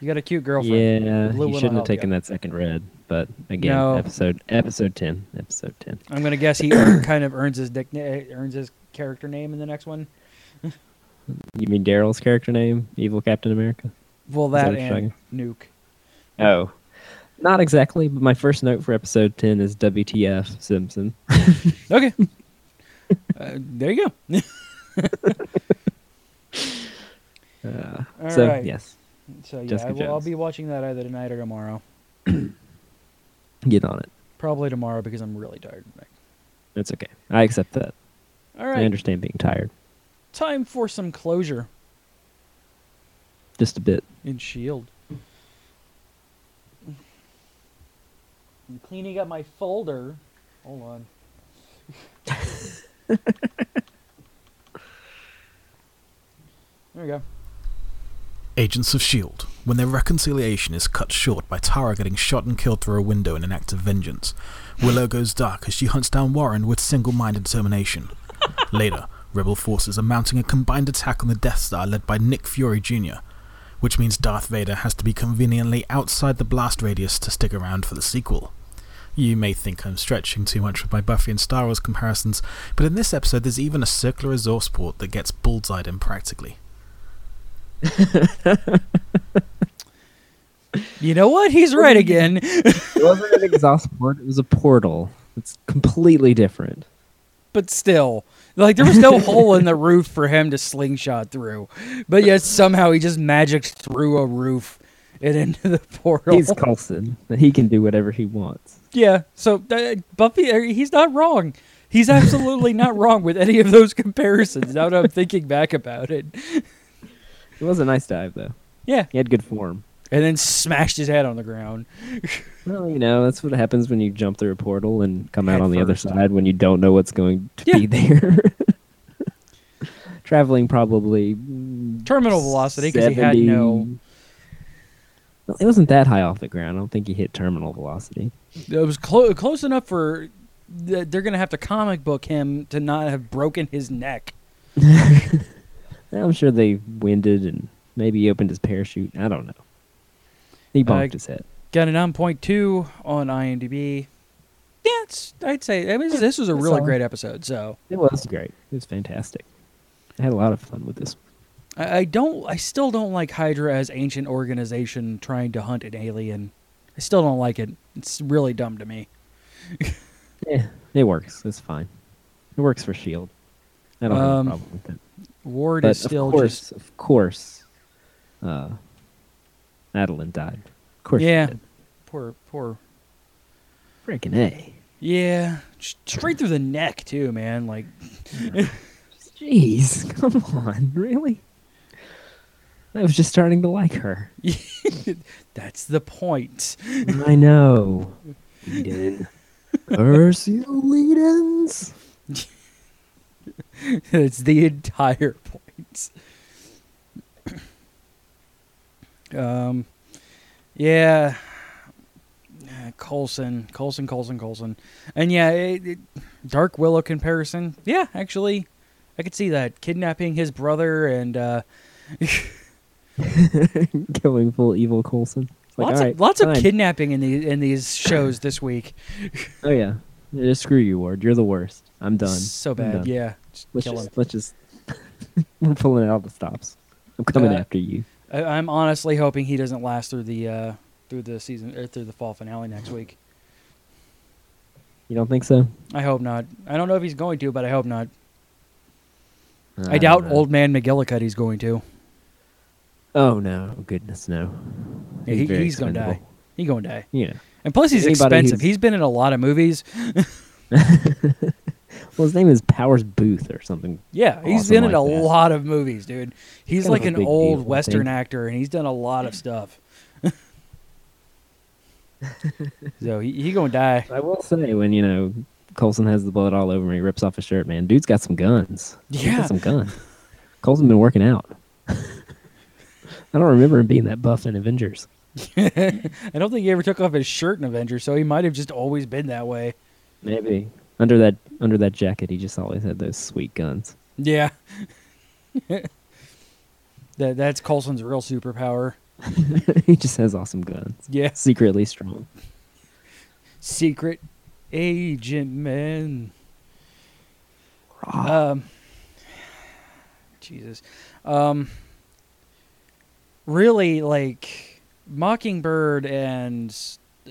Speaker 8: you got a cute girlfriend.
Speaker 9: Yeah,
Speaker 8: The blue
Speaker 9: he
Speaker 8: one'll
Speaker 9: shouldn't have
Speaker 8: help you.
Speaker 9: taken that second red. But again,
Speaker 8: No.
Speaker 9: episode episode ten, episode ten.
Speaker 8: I'm gonna guess he earn- kind of earns his nick, earns his character name in the next one.
Speaker 9: You mean Daryl's character name, Evil Captain America?
Speaker 8: Well,
Speaker 9: Is that
Speaker 8: that
Speaker 9: what you're
Speaker 8: and Nuke.
Speaker 9: Oh, not exactly. But my first note for episode ten is WTF Simpson.
Speaker 8: Okay. uh, there you go.
Speaker 9: Uh,
Speaker 8: All
Speaker 9: so
Speaker 8: right.
Speaker 9: yes,
Speaker 8: So yeah, I
Speaker 9: Jessica
Speaker 8: will, I'll
Speaker 9: Jones.
Speaker 8: be watching that either tonight or tomorrow.
Speaker 9: get on it.
Speaker 8: Probably tomorrow because I'm really tired. tonight.
Speaker 9: That's okay. I accept that.
Speaker 8: All
Speaker 9: I
Speaker 8: right,
Speaker 9: understand being tired
Speaker 8: time for some closure
Speaker 9: just a bit.
Speaker 8: in Shield. I'm cleaning up my folder. Hold on. there we go.
Speaker 10: Agents of S.H.I.E.L.D. E When their reconciliation is cut short by Tara getting shot and killed through a window in an act of vengeance, Willow goes dark as she hunts down Warren with single minded determination. Later, Rebel forces are mounting a combined attack on the Death Star led by Nick Fury Jr., which means Darth Vader has to be conveniently outside the blast radius to stick around for the sequel. You may think I'm stretching too much with my Buffy and Star Wars comparisons, but in this episode there's even a circular resource port that gets bullseyed impractically.
Speaker 8: You know what? He's right again.
Speaker 9: It wasn't an exhaust port. It was a portal. It's completely different.
Speaker 8: but still, like there was no hole in the roof for him to slingshot through. But yet somehow he just magicked through a roof and into the portal.
Speaker 9: He's Coulson. He can do whatever he wants.
Speaker 8: yeah. So uh, Buffy, uh, he's not wrong. He's absolutely not wrong with any of those comparisons. Now that I'm thinking back about it,
Speaker 9: It was a nice dive though.
Speaker 8: yeah.
Speaker 9: He had good form.
Speaker 8: And then smashed his head on the ground.
Speaker 9: Well, you know, that's what happens when you jump through a portal and come
Speaker 8: Head
Speaker 9: out on the other
Speaker 8: first.
Speaker 9: side when you don't know what's going to
Speaker 8: Yeah.
Speaker 9: be there. Traveling probably mm,
Speaker 8: Terminal velocity because he had
Speaker 9: 70
Speaker 8: no.
Speaker 9: Well, It wasn't that high off the ground. I don't think he hit terminal velocity.
Speaker 8: It was clo- close enough for that they're gonna have to comic book him to not have broken his neck.
Speaker 9: I'm sure they winded and maybe he opened his parachute. I don't know.
Speaker 8: Uh,
Speaker 9: He bonked his head.
Speaker 8: Got a 9.2 on IMDb. Yeah, it's, I'd say I mean, this was a
Speaker 9: that's
Speaker 8: really
Speaker 9: solid.
Speaker 8: great episode. So
Speaker 9: It was great. It was fantastic. I had a lot of fun with this.
Speaker 8: I, I don't, I still don't like Hydra as ancient organization trying to hunt an alien. I still don't like it. It's really dumb to me.
Speaker 9: Yeah, it works. It's fine. It works for Shield. I don't have
Speaker 8: Um,
Speaker 9: a problem with it.
Speaker 8: Ward
Speaker 9: But
Speaker 8: is still
Speaker 9: of course,
Speaker 8: E just
Speaker 9: of course, uh, Madeline died. Of course, she
Speaker 8: yeah,
Speaker 9: did.
Speaker 8: poor poor
Speaker 9: Freaking a.
Speaker 8: yeah, sh- straight through the neck too, man. Like
Speaker 9: Jeez, come on, really? I was just starting to like her.
Speaker 8: that's the point.
Speaker 9: I know. Eden. Ursula Edens.
Speaker 8: it's the entire point. um, yeah, Uh, Colson, Colson, Colson, Colson, and yeah, it, it- Dark Willow comparison. Yeah, actually, I could see that kidnapping his brother and uh,
Speaker 9: Going full evil Coulson. It's like,
Speaker 8: lots of
Speaker 9: all right,
Speaker 8: lots of
Speaker 9: fine.
Speaker 8: kidnapping in the in these shows this week.
Speaker 9: Oh, yeah. Yeah, Just screw you, Ward. You're the worst. I'm done.
Speaker 8: So
Speaker 9: I'm
Speaker 8: bad,
Speaker 9: done.
Speaker 8: yeah. Just
Speaker 9: Let's
Speaker 8: kill
Speaker 9: just,
Speaker 8: him.
Speaker 9: let's just. We're pulling out the stops. I'm coming
Speaker 8: Uh,
Speaker 9: after you.
Speaker 8: I, I'm honestly hoping he doesn't last through the uh, through the season or through the fall finale next week.
Speaker 9: You don't think so?
Speaker 8: I hope not. I don't know if he's going to, but I hope not. I,
Speaker 9: don't
Speaker 8: doubt
Speaker 9: know.
Speaker 8: old man McGillicuddy's going to.
Speaker 9: Oh no! Goodness no!
Speaker 8: Yeah, he, he's going to die.
Speaker 9: expendable.
Speaker 8: He's going to die.
Speaker 9: Yeah.
Speaker 8: And plus, he's
Speaker 9: Anybody
Speaker 8: expensive.
Speaker 9: who's-
Speaker 8: He's been in a lot of movies.
Speaker 9: Well, his name is Powers Booth or something.
Speaker 8: Yeah, he's
Speaker 9: Awesome
Speaker 8: been in
Speaker 9: like
Speaker 8: a
Speaker 9: that.
Speaker 8: lot of movies, dude. He's
Speaker 9: Kind of
Speaker 8: like
Speaker 9: a
Speaker 8: an
Speaker 9: big
Speaker 8: old
Speaker 9: deal, I
Speaker 8: Western
Speaker 9: think.
Speaker 8: actor, and he's done a lot of stuff. so he, he going to die.
Speaker 9: I will say, when you know Colson has the blood all over him. He rips off his shirt, man. Dude's got some guns. He's
Speaker 8: Yeah.
Speaker 9: got some guns. Colson's been working out. I don't remember him being that buff in Avengers.
Speaker 8: I don't think he ever took off his shirt in Avengers, so he might have just always been that way.
Speaker 9: Maybe under that under that jacket, he just always had those sweet guns.
Speaker 8: Yeah. that that's Colson's real superpower.
Speaker 9: he just has awesome guns.
Speaker 8: Yeah.
Speaker 9: Secretly strong.
Speaker 8: Secret agent man. Um Jesus. Um really like Mockingbird and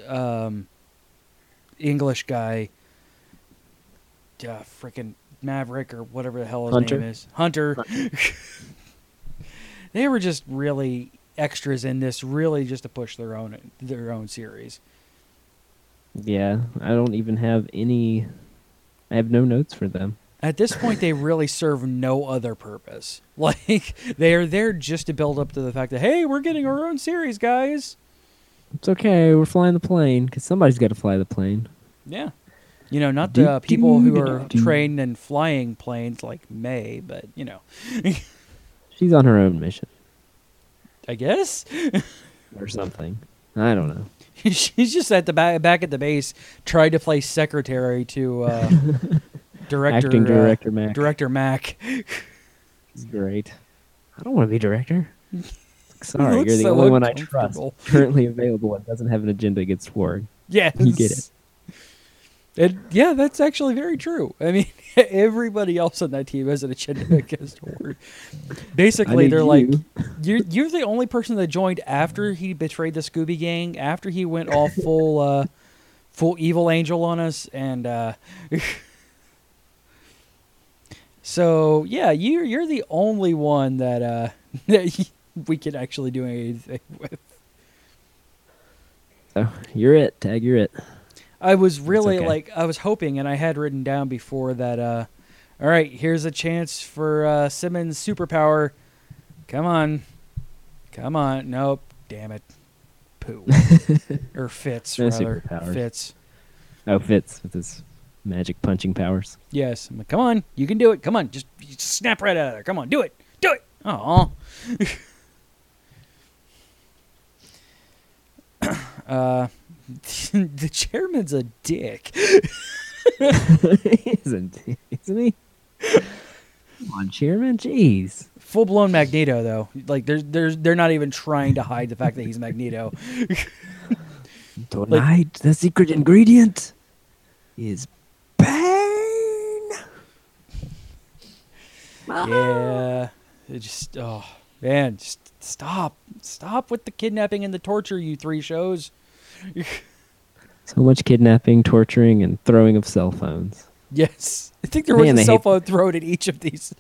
Speaker 8: um English guy uh freaking Maverick or whatever the hell his
Speaker 9: Hunter?
Speaker 8: name is. Hunter. they were just really extras in this really just to push their own their own series.
Speaker 9: Yeah, I don't even have any. I have no notes for them.
Speaker 8: At this point, they really serve no other purpose. Like they are there just to build up to the fact that hey, we're getting our own series, guys.
Speaker 9: It's okay. We're flying the plane because somebody's got to fly the plane.
Speaker 8: Yeah, you know, not the uh, people who are trained in flying planes like May, but you know,
Speaker 9: She's on her own mission
Speaker 8: I guess
Speaker 9: or something. I don't know.
Speaker 8: she's just at the back, back at the base, tried to play secretary to uh, director,
Speaker 9: Acting
Speaker 8: uh,
Speaker 9: director Mac.
Speaker 8: director Mac.
Speaker 9: It's great. I don't want to be director. Sorry,
Speaker 8: looks
Speaker 9: you're the
Speaker 8: so
Speaker 9: only one I trust
Speaker 8: uncomfortable.
Speaker 9: currently available and doesn't have an agenda against Sword.
Speaker 8: Yes.
Speaker 9: You get it.
Speaker 8: It, yeah, that's actually very true. I mean, everybody else on that team has an agenda against Ward. Basically,
Speaker 9: need
Speaker 8: they're like,
Speaker 9: you.
Speaker 8: you're, you're the only person that joined after he betrayed the Scooby Gang, after he went all full, uh, full evil angel on us, and uh, so yeah, you're you're the only one that uh, that we can actually do anything with.
Speaker 9: So Oh, you're it, Tag. You're it.
Speaker 8: I was really
Speaker 9: okay.
Speaker 8: like I was hoping, and I had written down before that. uh All right, here's a chance for uh, Simmons' superpower. Come on, come on. Nope. Damn it. Poo. or Fitz
Speaker 9: No
Speaker 8: rather.
Speaker 9: superpowers.
Speaker 8: Fitz.
Speaker 9: Oh, Fitz with his magic punching powers.
Speaker 8: Yes. I'm like, come on, you can do it. Come on, just, just snap right out of there. Come on, do it. Do it. Oh. uh, the chairman's a dick.
Speaker 9: isn't he? Isn't he? Come on, chairman. Jeez.
Speaker 8: full blown Magneto though. Like there's there's they're not even trying to hide the fact that he's Magneto.
Speaker 9: Tonight, the secret ingredient is pain.
Speaker 8: yeah. It just oh man, just stop. Stop with the kidnapping and the torture, you three shows.
Speaker 9: So much kidnapping, torturing, and throwing of cell phones.
Speaker 8: Yes. I think there was
Speaker 9: Man, they
Speaker 8: a cell
Speaker 9: hate-
Speaker 8: phone thrown at each of these.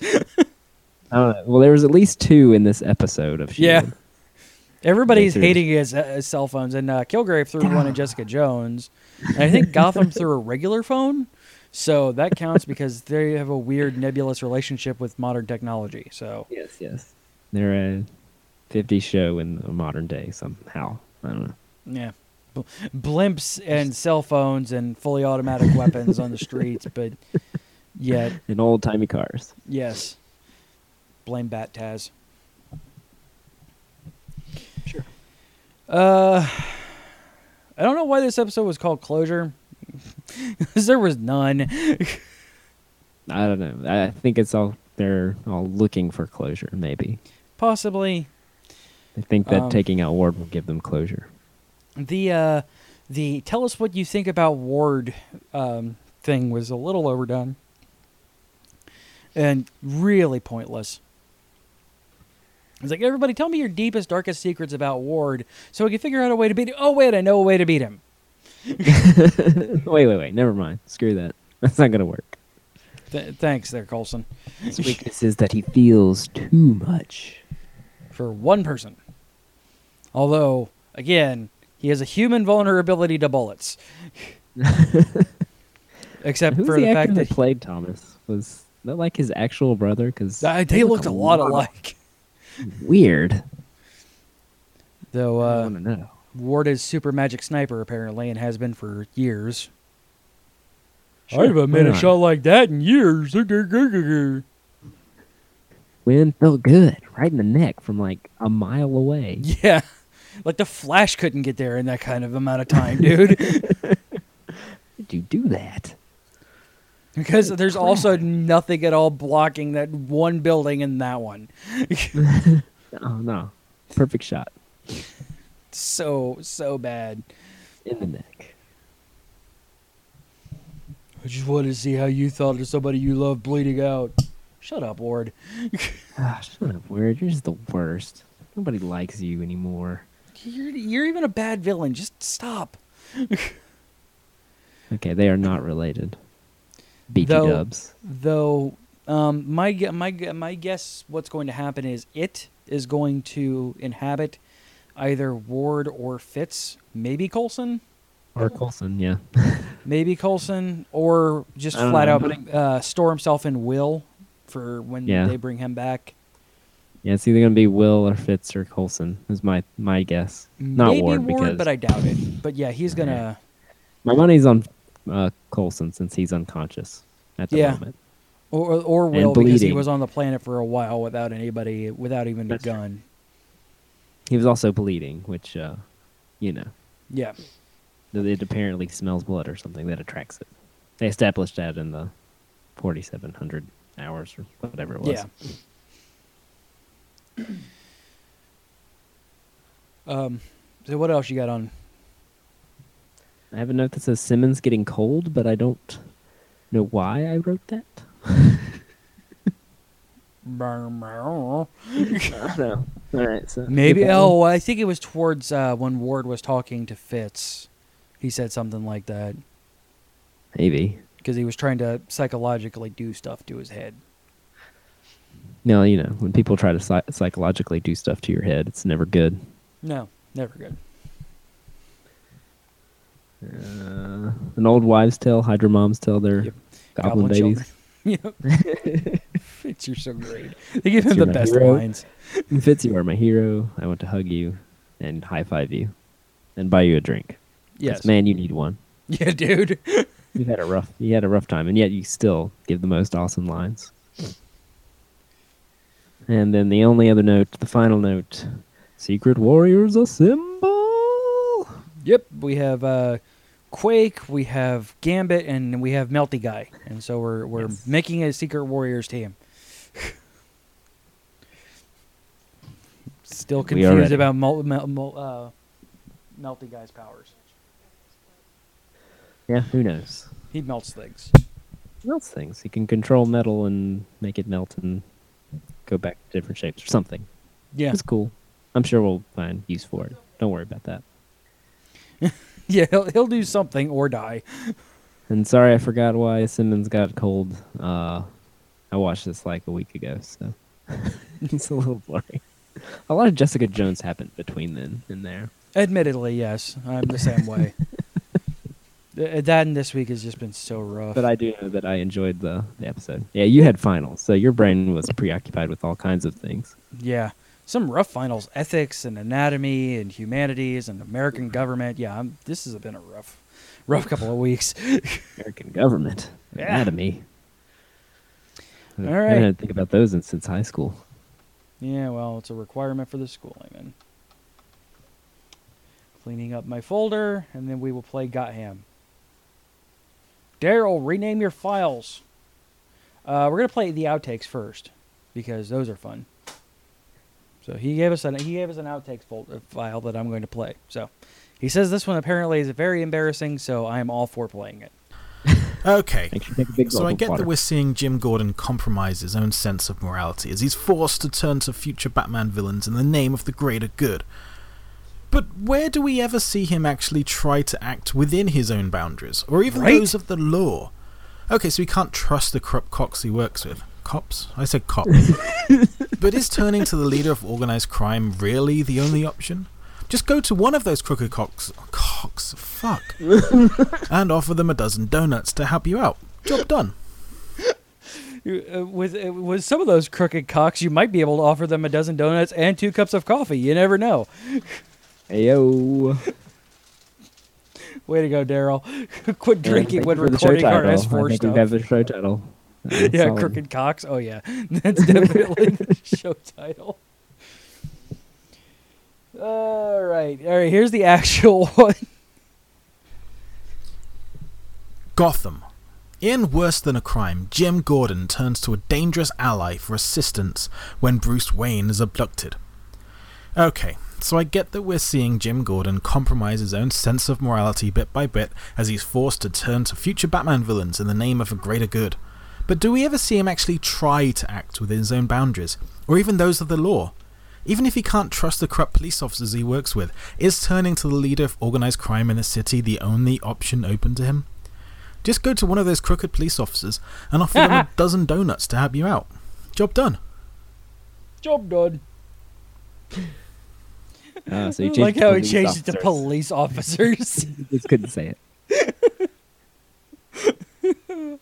Speaker 9: I don't know. Well, there was at least two in this episode of
Speaker 8: yeah.
Speaker 9: S.H.I.E.L.D..
Speaker 8: Everybody's
Speaker 9: They threw-
Speaker 8: hating his, uh, his cell phones, and uh, Kilgrave threw one at Jessica Jones, and I think Gotham threw a regular phone, so that counts because they have a weird nebulous relationship with modern technology. So
Speaker 9: Yes, yes. They're a 50 show in the modern day somehow. I don't know.
Speaker 8: Yeah. B- Blimps and cell phones and fully automatic weapons on the streets, but yet,
Speaker 9: In old timey cars.
Speaker 8: yes. Blame Bat Taz.
Speaker 9: Sure.
Speaker 8: Uh, I don't know why this episode was called Closure. 'Cause there was none.
Speaker 9: I don't know. I I think it's all they're all looking for closure. Maybe
Speaker 8: Possibly
Speaker 9: I think that
Speaker 8: Um,
Speaker 9: taking out Ward will give them closure.
Speaker 8: the uh, the tell us what you think about Ward um, thing was a little overdone and really pointless. It's like everybody, tell me your deepest, darkest secrets about Ward, so we can figure out a way to beat. him. Oh wait, I know a way to beat him.
Speaker 9: wait, wait, wait. Never mind. Screw that. That's not gonna work.
Speaker 8: Th- thanks, there, Colson,
Speaker 9: His weakness is that he feels too much.
Speaker 8: for one person. Although, again, he has a human vulnerability to bullets. Except
Speaker 9: Who's
Speaker 8: for
Speaker 9: the,
Speaker 8: the
Speaker 9: actor
Speaker 8: fact
Speaker 9: that
Speaker 8: that he-
Speaker 9: played Thomas? Was that like his actual brother? Because
Speaker 8: Uh, they looked a lot alike.
Speaker 9: weird.
Speaker 8: Though
Speaker 9: I
Speaker 8: uh,
Speaker 9: want to know.
Speaker 8: Ward is super magic sniper apparently, and has been for years. I haven't made
Speaker 9: why
Speaker 8: a
Speaker 9: not?
Speaker 8: shot like that in years. Yeah,
Speaker 9: Wind felt good, right in the neck from like a mile away.
Speaker 8: like the Flash couldn't get there in that kind of amount of time, dude.
Speaker 9: Did you do that?
Speaker 8: because there's also nothing at all blocking that one building and that one.
Speaker 9: Oh no, perfect shot
Speaker 8: So so bad.
Speaker 9: in the neck.
Speaker 8: I just wanted to see how you thought of somebody you love bleeding out. Shut up, Ward.
Speaker 9: Ah, shut up, weird. You're just the worst. Nobody likes you anymore.
Speaker 8: You're you're even a bad villain. Just stop.
Speaker 9: Okay, they are not related. BT
Speaker 8: Though-
Speaker 9: dubs.
Speaker 8: though um, my gue- my gue- my guess what's going to happen is it is going to inhabit either Ward or Fitz, maybe Colson,
Speaker 9: Or Colson, yeah.
Speaker 8: maybe Colson, or just
Speaker 9: I don't
Speaker 8: flat
Speaker 9: know,
Speaker 8: out
Speaker 9: putting-
Speaker 8: uh, store himself in Will for when
Speaker 9: Yeah.
Speaker 8: they bring him back.
Speaker 9: Yeah, it's either gonna be Will or Fitz or Colson is my my guess. Not
Speaker 8: maybe
Speaker 9: Ward, because
Speaker 8: but I doubt it. But yeah, he's gonna.
Speaker 9: my money's on uh, Colson since he's unconscious at the
Speaker 8: Yeah.
Speaker 9: moment.
Speaker 8: Or or Will because he
Speaker 9: bleeding.
Speaker 8: was on the planet for a while without anybody, without even
Speaker 9: That's
Speaker 8: a
Speaker 9: true.
Speaker 8: gun.
Speaker 9: He was also bleeding, which uh, you know
Speaker 8: Yeah,
Speaker 9: th- it apparently smells blood or something that attracts it. They established that in the 4,700 hours or whatever it was.
Speaker 8: yeah. um. So what else you got on
Speaker 9: I have a note that says Simmons getting cold, but I don't know why I wrote that. no. All right. So
Speaker 8: Maybe.
Speaker 9: People-
Speaker 8: Oh, I think it was towards uh, when Ward was talking to Fitz. He said something like that
Speaker 9: Maybe.
Speaker 8: because he was trying to psychologically do stuff to his head.
Speaker 9: No, you know, when people try to psy- psychologically do stuff to your head, it's never good.
Speaker 8: No, never good.
Speaker 9: Uh, an old wives' tale, Hydra moms tell their
Speaker 8: Yep.
Speaker 9: goblin, babies.
Speaker 8: children. yep. Fitz, you're so great. They give him
Speaker 9: You're
Speaker 8: the
Speaker 9: my
Speaker 8: best
Speaker 9: hero.
Speaker 8: lines.
Speaker 9: Fitz, you are my hero. I want to hug you and high five you and buy you a drink. 'Cause,
Speaker 8: Yes.
Speaker 9: man, you need one.
Speaker 8: Yeah, dude.
Speaker 9: You've had a rough, you had a rough time, and yet you still give the most awesome lines. And then the only other note, the final note, secret warriors assemble.
Speaker 8: Yep. We have uh, Quake, we have Gambit, and we have Melty Guy. And so we're we're
Speaker 9: Yes.
Speaker 8: making a Secret Warriors team. Still
Speaker 9: We are
Speaker 8: confused
Speaker 9: ready.
Speaker 8: about mul- mul- mul- uh, Melty Guy's powers.
Speaker 9: Yeah, who knows?
Speaker 8: He melts things.
Speaker 9: melts things. He can control metal and make it melt and go back to different shapes or something.
Speaker 8: Yeah.
Speaker 9: It's cool. I'm sure we'll find use for it. Don't worry about that.
Speaker 8: Yeah, he'll, he'll do something or die.
Speaker 9: And sorry, I forgot why Simmons got cold. Uh, I watched this like a week ago, so it's a little blurry. A lot of Jessica Jones happened between then and there.
Speaker 8: Admittedly, yes. I'm the same way. Th- uh, that and this week has just been so rough.
Speaker 9: But I do know that I enjoyed the, the episode. Yeah, you had finals, so your brain was preoccupied with all kinds of things.
Speaker 8: Yeah. Some rough finals, ethics and anatomy and humanities and
Speaker 9: Mm-hmm.
Speaker 8: American government. Yeah, I'm, this has been a rough, rough couple of weeks.
Speaker 9: American government,
Speaker 8: Yeah.
Speaker 9: anatomy. All
Speaker 8: All
Speaker 9: I
Speaker 8: right.
Speaker 9: haven't had to think about those in since high school.
Speaker 8: yeah, well, it's a requirement for the school I'm in. Cleaning up my folder, and then we will play Got Him. Daryl, rename your files. Uh, we're gonna play the outtakes first because those are fun. So he gave us an he gave us an outtakes folder file that I'm going to play. So he says this one apparently is very embarrassing, so I am all for playing it.
Speaker 10: Okay.
Speaker 9: Make sure you take a big
Speaker 10: So
Speaker 9: gulp
Speaker 10: I
Speaker 9: of
Speaker 10: get
Speaker 9: water.
Speaker 10: that we're seeing Jim Gordon compromise his own sense of morality as he's forced to turn to future Batman villains in the name of the greater good. But where do we ever see him actually try to act within his own boundaries, or even
Speaker 8: Right?
Speaker 10: those of the law? Okay, so we can't trust the corrupt cops he works with. Cops? I said cop. but is turning to the leader of organized crime really the only option? Just go to one of those crooked cocks. Cocks? Fuck and offer them a dozen donuts to help you out. Job done.
Speaker 8: You- uh, With uh, with some of those crooked cocks, you might be able to offer them a dozen donuts and two cups of coffee. You never know.
Speaker 9: Ayo.
Speaker 8: Way to go, Daryl. Quit
Speaker 9: Yeah,
Speaker 8: drinking
Speaker 9: thank
Speaker 8: when
Speaker 9: you for the show
Speaker 8: recording our
Speaker 9: title.
Speaker 8: S4
Speaker 9: I think
Speaker 8: stuff.
Speaker 9: we have the show title. Uh,
Speaker 8: yeah,
Speaker 9: solid.
Speaker 8: crooked cocks. Oh yeah, that's definitely the show title. All right, all right. Here's the actual one.
Speaker 10: Gotham. In Worse Than a Crime, Jim Gordon turns to a dangerous ally for assistance when Bruce Wayne is abducted. Okay, so I get that we're seeing Jim Gordon compromise his own sense of morality bit by bit as he's forced to turn to future Batman villains in the name of a greater good. But do we ever see him actually try to act within his own boundaries, or even those of the law? Even if he can't trust the corrupt police officers he works with, is turning to the leader of organized crime in the city the only option open to him? Just go to one of those crooked police officers and offer them a dozen donuts to help you out. Job done.
Speaker 8: Job done.
Speaker 9: Uh, so you
Speaker 8: like
Speaker 9: changed
Speaker 8: how he
Speaker 9: police
Speaker 8: changed it to
Speaker 9: officers.
Speaker 8: police officers.
Speaker 9: Just couldn't say it.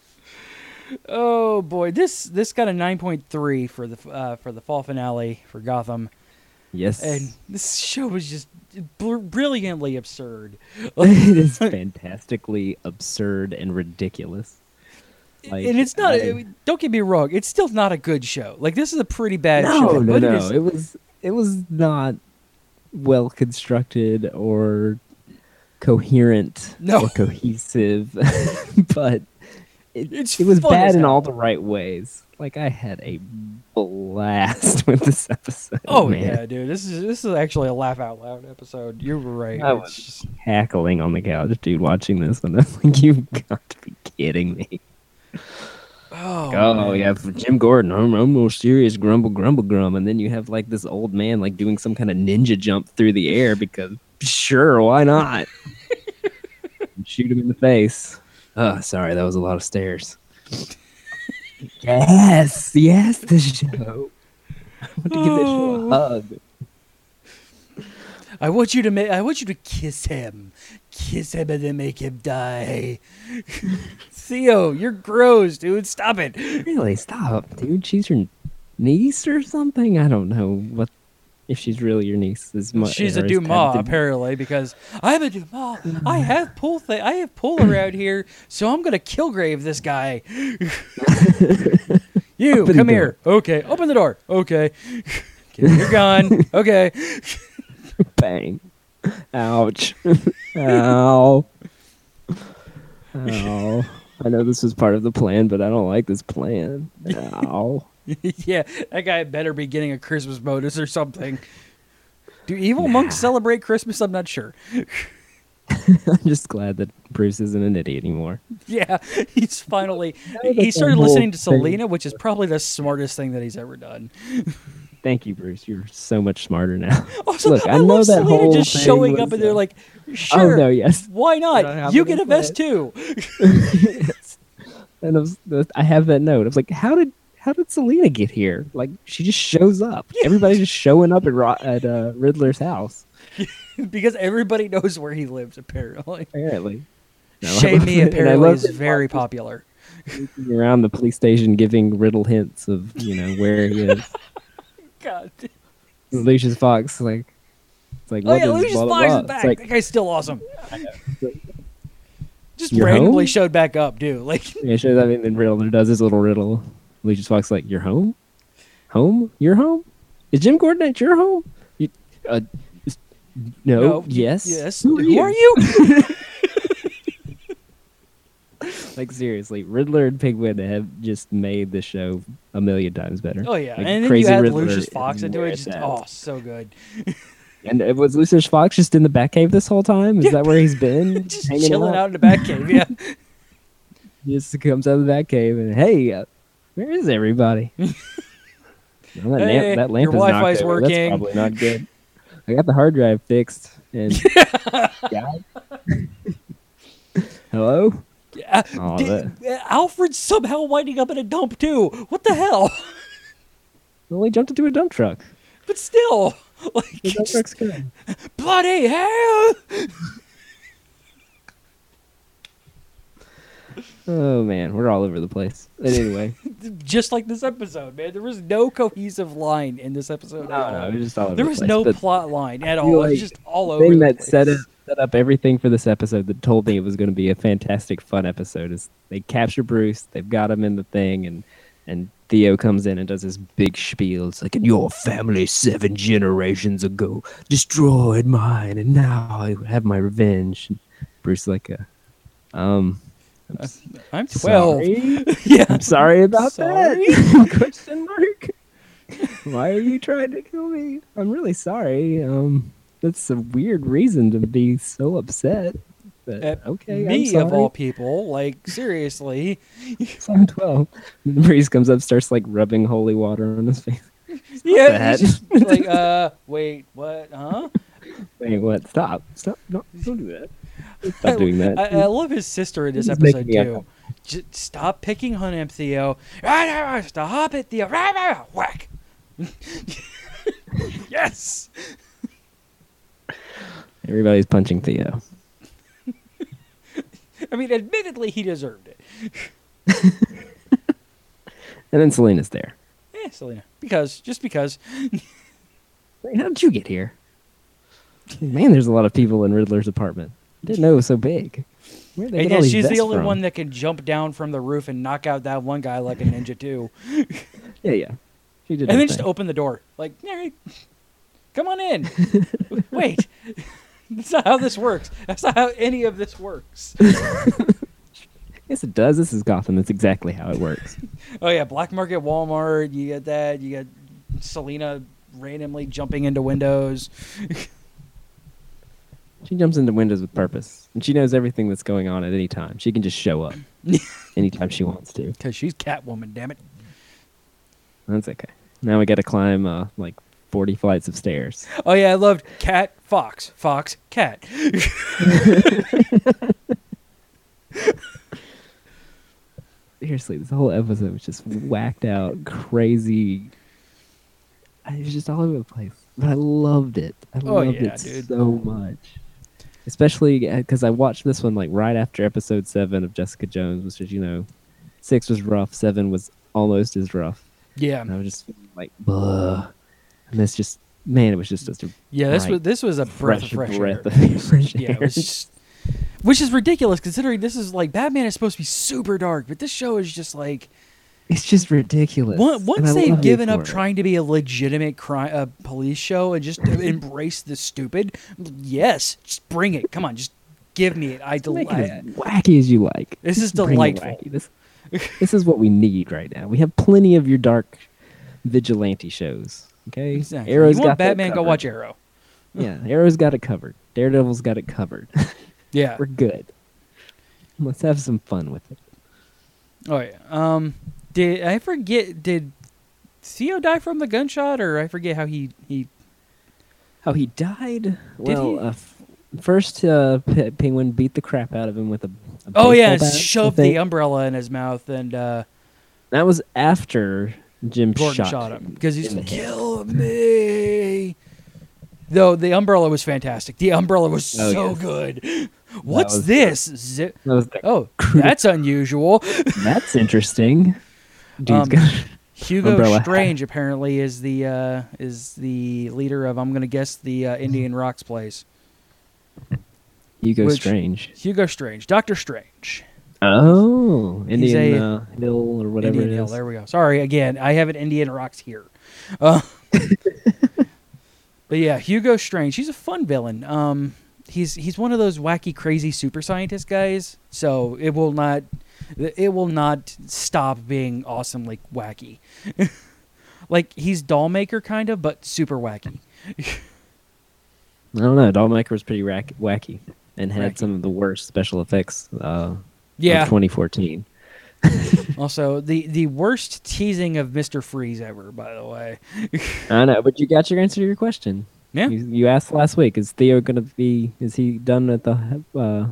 Speaker 8: oh boy, this this got a nine point three for the uh, for the fall finale for Gotham,
Speaker 9: Yes,
Speaker 8: and this show was just br- brilliantly absurd.
Speaker 9: it is fantastically absurd and ridiculous. Like,
Speaker 8: and it's not.
Speaker 9: I-
Speaker 8: I mean, don't get me wrong. It's still not a good show. Like this is a pretty bad show.
Speaker 9: no, no,
Speaker 8: but it
Speaker 9: no.
Speaker 8: is-
Speaker 9: It was it was not well constructed or coherent
Speaker 8: No.
Speaker 9: or cohesive, but it,
Speaker 8: It's
Speaker 9: it was
Speaker 8: fun as
Speaker 9: bad in
Speaker 8: hell.
Speaker 9: all the right ways. Like I had a blast with this episode.
Speaker 8: Oh
Speaker 9: man.
Speaker 8: yeah, dude. This is this is actually a laugh out loud episode. You were right.
Speaker 9: I
Speaker 8: It's
Speaker 9: was-
Speaker 8: just-
Speaker 9: cackling on the couch, dude, watching this, and I'm like, you've got to be kidding me.
Speaker 8: oh,
Speaker 9: Oh, yeah, for Jim Gordon, I'm, I'm more serious, grumble, grumble, grum. And then you have like this old man like doing some kind of ninja jump through the air because sure, why not? And Shoot him in the face. Oh, sorry, that was a lot of stairs. yes, yes, the show. I want to give this show a hug.
Speaker 8: I want you to make. I want you to kiss him, kiss him, and then make him die. Theo, you're gross, dude. Stop it.
Speaker 9: Really, stop, dude. She's your niece or something. I don't know what if she's really your niece. Is much
Speaker 8: She's a Dumas apparently because I'm a Dumas. I have pull. Th- I have pull around here, so I'm gonna Kilgrave this guy. you
Speaker 9: Open the
Speaker 8: come
Speaker 9: door.
Speaker 8: here. Okay, open the door. Okay, Okay, you're gone. Okay.
Speaker 9: Bang! Ouch! Ow! Ow! I know this was part of the plan, but I don't like this plan. Ow!
Speaker 8: yeah, that guy better be getting a Christmas bonus or something. Do evil monks celebrate Christmas? I'm not sure.
Speaker 9: I'm just glad that Bruce isn't an idiot anymore.
Speaker 8: Yeah, he's finally
Speaker 9: Now that
Speaker 8: he started
Speaker 9: the whole
Speaker 8: listening to
Speaker 9: thing-
Speaker 8: Selena, which is probably the smartest thing that he's ever done.
Speaker 9: Thank you, Bruce. You're so much smarter now.
Speaker 8: Also,
Speaker 9: Look, I,
Speaker 8: I,
Speaker 9: know
Speaker 8: love
Speaker 9: that
Speaker 8: Selena
Speaker 9: whole
Speaker 8: just
Speaker 9: thing
Speaker 8: showing
Speaker 9: was,
Speaker 8: up and they're
Speaker 9: uh,
Speaker 8: like, "Sure,
Speaker 9: no, yes.
Speaker 8: why
Speaker 9: We're
Speaker 8: not?
Speaker 9: not
Speaker 8: You
Speaker 9: having
Speaker 8: get
Speaker 9: it,
Speaker 8: a vest too."
Speaker 9: and I, was, I have that note. I was like, how did how did Selena get here? Like, she just shows up. Everybody's just showing up at Ro- at uh, Riddler's house.
Speaker 8: because everybody knows where he lives. Apparently,
Speaker 9: Apparently, No, I
Speaker 8: Shame
Speaker 9: love
Speaker 8: Me
Speaker 9: it, and I
Speaker 8: apparently
Speaker 9: love
Speaker 8: is
Speaker 9: it.
Speaker 8: very popular.
Speaker 9: Sneaking around the police station, giving Riddle hints of you know where he is.
Speaker 8: God,
Speaker 9: Lucius Fox, like, it's like,
Speaker 8: oh
Speaker 9: what
Speaker 8: yeah,
Speaker 9: is
Speaker 8: Lucius
Speaker 9: blah, blah,
Speaker 8: Fox
Speaker 9: blah.
Speaker 8: is
Speaker 9: It's
Speaker 8: back.
Speaker 9: like,
Speaker 8: that guy's still awesome. Just
Speaker 9: You're
Speaker 8: randomly
Speaker 9: home?
Speaker 8: showed back up, dude. Like,
Speaker 9: Yeah, she does. I mean, then Riddler does his little riddle. Lucius Fox like, "Your home, home, your home. Is Jim Gordon at your home? You, uh, is- no,
Speaker 8: no, y-
Speaker 9: yes,
Speaker 8: yes.
Speaker 9: Who are you?
Speaker 8: you?
Speaker 9: Like seriously, Riddler and Pigwin have just made the show a million times better.
Speaker 8: oh yeah,
Speaker 9: Like,
Speaker 8: and then you
Speaker 9: Crazy
Speaker 8: add
Speaker 9: Riddler
Speaker 8: Lucius
Speaker 9: is
Speaker 8: Fox into
Speaker 9: where
Speaker 8: it.
Speaker 9: it's
Speaker 8: Just,
Speaker 9: at.
Speaker 8: oh, so good.
Speaker 9: And it was Lucius Fox just in the Batcave this whole time? Is
Speaker 8: Yeah.
Speaker 9: that where he's been?
Speaker 8: Just
Speaker 9: Hanging
Speaker 8: chilling
Speaker 9: out?
Speaker 8: out in the back cave. Yeah.
Speaker 9: Just comes out of the Batcave and hey, uh, where is everybody? Well, that,
Speaker 8: Hey,
Speaker 9: lamp, that lamp
Speaker 8: your
Speaker 9: is knocked
Speaker 8: Wi-Fi's
Speaker 9: over.
Speaker 8: working.
Speaker 9: That's probably not good. I got the hard drive fixed and yeah. Hello?
Speaker 8: Yeah,
Speaker 9: Oh,
Speaker 8: di- Alfred's somehow winding up in a dump too. What the hell?
Speaker 9: Well, he jumped into a dump truck.
Speaker 8: But still, like
Speaker 9: The dump
Speaker 8: just
Speaker 9: truck's good.
Speaker 8: bloody hell!
Speaker 9: Oh man, we're all over the place. But anyway,
Speaker 8: Just like this episode, man. There was no cohesive line in this episode. at all.
Speaker 9: no, we're just all over
Speaker 8: there
Speaker 9: the
Speaker 8: was
Speaker 9: place,
Speaker 8: no
Speaker 9: but-
Speaker 8: plot line at all.
Speaker 9: feel
Speaker 8: it was
Speaker 9: like
Speaker 8: just all
Speaker 9: the
Speaker 8: over.
Speaker 9: thing
Speaker 8: the
Speaker 9: that
Speaker 8: place.
Speaker 9: set up set up everything for this episode that told me it was going to be a fantastic, fun episode. Is they capture Bruce, they've got him in the thing, and and Theo comes in and does this big spiel. It's like, and your family seven generations ago destroyed mine, and now I have my revenge. And Bruce is like, uh, um,
Speaker 8: I'm 12.
Speaker 9: sorry. yeah, I'm sorry about that. Question mark. Why are you trying to kill me? I'm really sorry. Um, that's a weird reason to be so upset. But
Speaker 8: Uh,
Speaker 9: okay, I'm
Speaker 8: me
Speaker 9: sorry.
Speaker 8: of all people, like seriously,
Speaker 9: I'm 12. The priest comes up, starts like rubbing holy water on his face.
Speaker 8: yeah, it's
Speaker 9: bad.
Speaker 8: just like uh, wait, what, huh?
Speaker 9: Wait, what? Stop! Stop! No, don't do that. Stop doing that.
Speaker 8: I, uh, I love his sister in this
Speaker 9: He's making
Speaker 8: episode
Speaker 9: me
Speaker 8: too. Just stop picking on him, Theo. Stop it, Theo. Whack. yes.
Speaker 9: Everybody's punching Theo.
Speaker 8: I mean, admittedly, he deserved it.
Speaker 9: And then Selena's there.
Speaker 8: Eh, Selena, because just because.
Speaker 9: Wait, how did you get here? Man, there's a lot of people in Riddler's apartment. I didn't know it was so big. Where they
Speaker 8: And
Speaker 9: get all
Speaker 8: yeah,
Speaker 9: these
Speaker 8: she's the
Speaker 9: vests
Speaker 8: only
Speaker 9: from?
Speaker 8: one that can jump down from the roof and knock out that one guy like a ninja too.
Speaker 9: Yeah, yeah. She did.
Speaker 8: and
Speaker 9: her
Speaker 8: then just
Speaker 9: thing.
Speaker 8: open the door. Like, all right, come on in. Wait, that's not how this works. That's not how any of this works.
Speaker 9: Yes, it does. This is Gotham. That's exactly how it works.
Speaker 8: oh yeah, black market Walmart. You get that. You get Selena randomly jumping into windows.
Speaker 9: she jumps into windows with purpose, and she knows everything that's going on at any time. She can just show up anytime she wants to.
Speaker 8: Because she's Catwoman, damn it.
Speaker 9: That's okay. Now we got to climb uh, like 40 flights of stairs.
Speaker 8: Oh yeah, I loved Cat Fox Fox Cat.
Speaker 9: Seriously, this whole episode was just whacked out, crazy. It was just all over the place, but I loved it. I
Speaker 8: Oh,
Speaker 9: loved
Speaker 8: yeah,
Speaker 9: it
Speaker 8: dude.
Speaker 9: so much. Especially because I watched this one like right after episode seven of Jessica Jones, which is you know, six was rough, seven was almost as rough,
Speaker 8: Yeah,
Speaker 9: and I was just feeling like, Bleh. and this just man, it was just just a
Speaker 8: yeah. This
Speaker 9: Right.
Speaker 8: was this was a breath of
Speaker 9: fresh
Speaker 8: fresh
Speaker 9: breath
Speaker 8: air.
Speaker 9: of fresh air.
Speaker 8: Yeah, it was just- which is ridiculous considering this is like Batman is supposed to be super dark, but this show is just like
Speaker 9: It's just ridiculous.
Speaker 8: Once,
Speaker 9: and
Speaker 8: once
Speaker 9: I
Speaker 8: they've
Speaker 9: love you
Speaker 8: given up
Speaker 9: for it.
Speaker 8: trying to be a legitimate crime, uh, police show and just embrace the stupid, yes, just bring it. Come on, just give me it. I
Speaker 9: Make it as
Speaker 8: delight.
Speaker 9: wacky as you like.
Speaker 8: This is
Speaker 9: Bring it
Speaker 8: delightful.
Speaker 9: wacky. This, this is what we need right now. We have plenty of your dark vigilante shows. Okay,
Speaker 8: Exactly.
Speaker 9: Arrow's
Speaker 8: you want
Speaker 9: got that
Speaker 8: Batman? Go
Speaker 9: covered.
Speaker 8: watch Arrow.
Speaker 9: Yeah, Arrow's got it covered. Daredevil's got it covered.
Speaker 8: Yeah.
Speaker 9: We're good. Let's have some fun with it.
Speaker 8: Oh yeah. Um, did I forget? Did Theo die from the gunshot, or I forget how he he? Oh,
Speaker 9: How he died? well,
Speaker 8: he?
Speaker 9: Uh, f- first uh, P- Penguin beat the crap out of him with a. a
Speaker 8: Oh yeah,
Speaker 9: baseball
Speaker 8: and
Speaker 9: bat, I
Speaker 8: shoved the
Speaker 9: think.
Speaker 8: umbrella in his mouth, and uh,
Speaker 9: That was after Jim
Speaker 8: Gordon shot,
Speaker 9: shot,
Speaker 8: him because he's
Speaker 9: in
Speaker 8: like,
Speaker 9: the head.
Speaker 8: "Kill me." Though the umbrella was fantastic. The umbrella was
Speaker 9: Oh,
Speaker 8: so
Speaker 9: yes.
Speaker 8: good. What's
Speaker 9: was
Speaker 8: this? Zi-
Speaker 9: That was the
Speaker 8: oh, that's unusual.
Speaker 9: That's interesting. Dude's
Speaker 8: Um,
Speaker 9: got
Speaker 8: Hugo
Speaker 9: Umbrella hat.
Speaker 8: Strange apparently is the uh, is the leader of I'm gonna guess the uh, Indian Rocks place.
Speaker 9: Hugo
Speaker 8: which-
Speaker 9: Strange.
Speaker 8: Hugo Strange, Doctor Strange,
Speaker 9: Oh, Indian
Speaker 8: a-
Speaker 9: uh, Hill or whatever
Speaker 8: Indian
Speaker 9: it
Speaker 8: Hill.
Speaker 9: is.
Speaker 8: There we go. Sorry again. I have an Indian Rocks here. Uh, but yeah, Hugo Strange. He's a fun villain. Um, he's he's one of those wacky, crazy super scientist guys. So it will not it will not stop being awesomely wacky. like he's Dollmaker kind of, but super wacky.
Speaker 9: I don't know. Dollmaker was pretty rack- wacky and had
Speaker 8: Wacky.
Speaker 9: some of the worst special effects uh,
Speaker 8: Yeah.
Speaker 9: of 2014.
Speaker 8: Also, the the worst teasing of Mister Freeze ever. By the way,
Speaker 9: I know, but you got your answer to your question.
Speaker 8: yeah.
Speaker 9: You, you asked last week, is Theo going to be, is he done at the uh,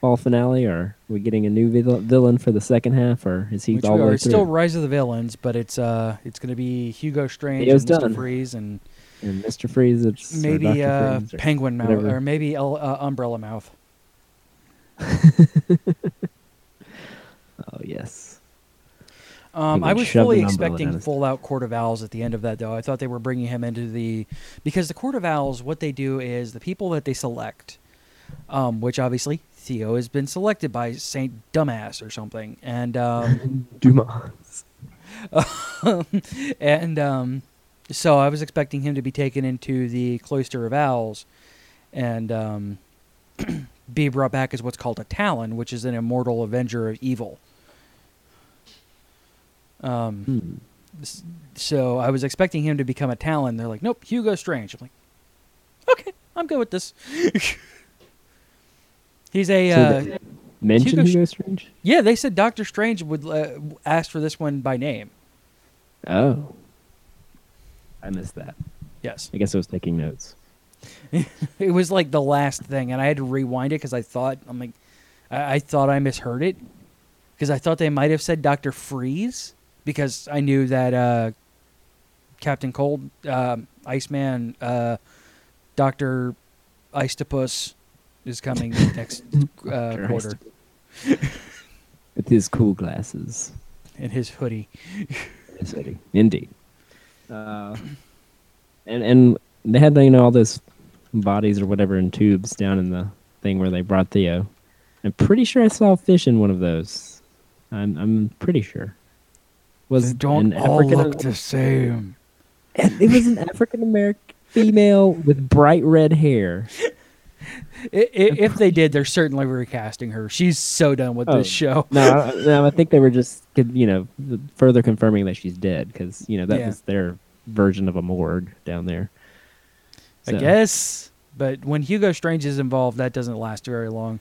Speaker 9: fall finale or are we getting a new vil- villain for the second half or is he
Speaker 8: Which
Speaker 9: all
Speaker 8: we
Speaker 9: the
Speaker 8: are
Speaker 9: way
Speaker 8: It's still
Speaker 9: through?
Speaker 8: Rise of the Villains, but it's uh it's gonna be Hugo Strange
Speaker 9: Theo's
Speaker 8: and Mister
Speaker 9: done.
Speaker 8: Freeze and
Speaker 9: And Mr. Freeze, it's, or
Speaker 8: maybe
Speaker 9: Dr.
Speaker 8: uh,
Speaker 9: Freeze or
Speaker 8: Penguin Mouth
Speaker 9: whatever.
Speaker 8: or maybe El- uh, Umbrella Mouth.
Speaker 9: Oh, yes.
Speaker 8: Um, I
Speaker 9: Penguin
Speaker 8: was
Speaker 9: shoved
Speaker 8: fully
Speaker 9: an umbrella down
Speaker 8: expecting
Speaker 9: his-
Speaker 8: full out Court of Owls at the end of that, though. I thought they were bringing him into the because the Court of Owls, what they do is the people that they select um, which obviously Theo has been selected by Saint Dumbass or something, and um,
Speaker 9: Dumas.
Speaker 8: and um, so I was expecting him to be taken into the Cloister of Owls, and um, be brought back as what's called a Talon, which is an immortal avenger of evil. Um,
Speaker 9: Hmm.
Speaker 8: s- so I was expecting him to become a Talon. They're like, nope, Hugo Strange. I'm like, okay, I'm good with this. He's a
Speaker 9: So
Speaker 8: uh,
Speaker 9: they mention
Speaker 8: Hugo
Speaker 9: Hugo,
Speaker 8: Sh-
Speaker 9: Strange?
Speaker 8: yeah. They said Doctor Strange would uh, ask for this one by name.
Speaker 9: Oh. I missed that.
Speaker 8: Yes,
Speaker 9: I guess I was taking notes.
Speaker 8: it was like the last thing, and I had to rewind it because I thought I'm like, I, I thought I misheard it because I thought they might have said Doctor Freeze because I knew that uh, Captain Cold, um, Iceman, uh, Doctor Istopus is coming next uh,
Speaker 9: Doctor
Speaker 8: quarter
Speaker 9: With his cool glasses.
Speaker 8: in his hoodie.
Speaker 9: Yes, Eddie. Indeed. Uh, and and they had you know all those bodies or whatever in tubes down in the thing where they brought Theo. I'm pretty sure I saw a fish in one of those. I'm I'm pretty sure. Was an African
Speaker 8: same.
Speaker 9: and it was an African American female with bright red hair.
Speaker 8: if they did, they're certainly recasting her. She's so done with
Speaker 9: Oh.
Speaker 8: this show.
Speaker 9: No, I- no, I think they were just you know further confirming that she's dead because you know that
Speaker 8: Yeah.
Speaker 9: was their version of a morgue down there.
Speaker 8: I
Speaker 9: So,
Speaker 8: guess. But when Hugo Strange is involved, that doesn't last very long.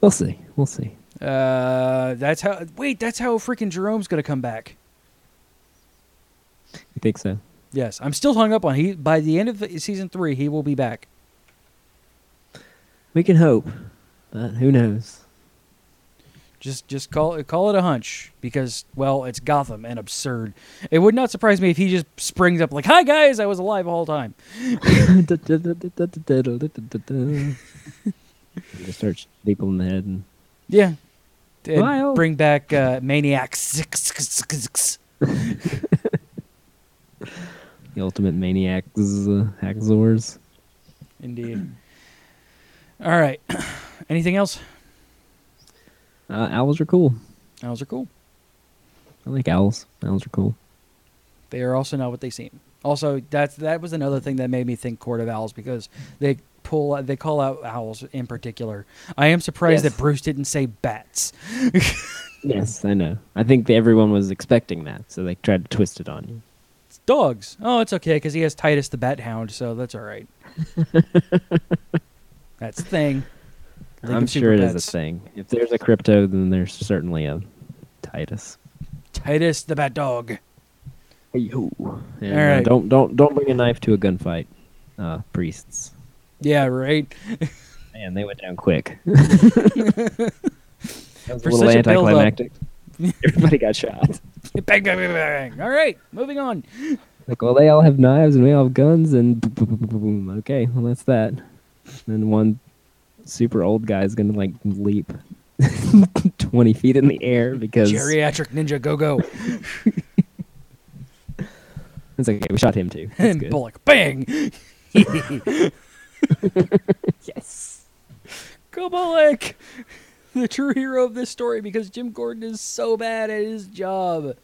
Speaker 9: we'll see. We'll see.
Speaker 8: Uh, that's how. Wait, that's how freaking Jerome's gonna come back.
Speaker 9: You think so?
Speaker 8: Yes, I'm still hung up on he. By the end of season three, he will be back.
Speaker 9: We can hope, but who knows?
Speaker 8: Just, just call it, call it a hunch because, well, it's Gotham and absurd. It would not surprise me if he just springs up like, "Hi guys, I was alive all the time."
Speaker 9: just search people in the head and
Speaker 8: Yeah, and
Speaker 9: Well-
Speaker 8: bring back uh, Maniac Six.
Speaker 9: the ultimate maniacs, uh, hackzors.
Speaker 8: Indeed. All right. Anything else?
Speaker 9: Uh, owls are cool.
Speaker 8: Owls are cool.
Speaker 9: I like owls. Owls are cool.
Speaker 8: They are also not what they seem. Also, that's that was another thing that made me think Court of Owls because they pull they call out owls in particular. I am surprised
Speaker 9: Yes.
Speaker 8: that Bruce didn't say bats.
Speaker 9: Yes, I know. I think that everyone was expecting that, so they tried to twist it on you.
Speaker 8: It's dogs. Oh, it's okay because he has Titus the Bat Hound, so that's all right. that's the thing. League
Speaker 9: I'm
Speaker 8: of
Speaker 9: sure it is
Speaker 8: Superpets.
Speaker 9: a thing. If there's a crypto, then there's certainly a Titus.
Speaker 8: Titus the Bat Dog.
Speaker 9: Yo. And,
Speaker 8: All
Speaker 9: uh,
Speaker 8: right.
Speaker 9: don't don't don't bring a knife to a gunfight, uh, priests.
Speaker 8: Yeah, right.
Speaker 9: Man, they went down quick. that was
Speaker 8: For
Speaker 9: a little
Speaker 8: such a build-up.
Speaker 9: anticlimactic. Everybody got shot.
Speaker 8: bang, bang, bang, bang. All right, moving on.
Speaker 9: Like, well, they all have knives and we all have guns, and boom, boom, boom, boom, boom. okay, well, that's that. And then one super old guy is gonna like leap twenty feet in the air because
Speaker 8: Geriatric Ninja Go Go
Speaker 9: it's okay. We shot him too. That's
Speaker 8: and
Speaker 9: good.
Speaker 8: Bullock. Bang.
Speaker 9: Yes.
Speaker 8: Kubelik, the true hero of this story, because Jim Gordon is so bad at his job.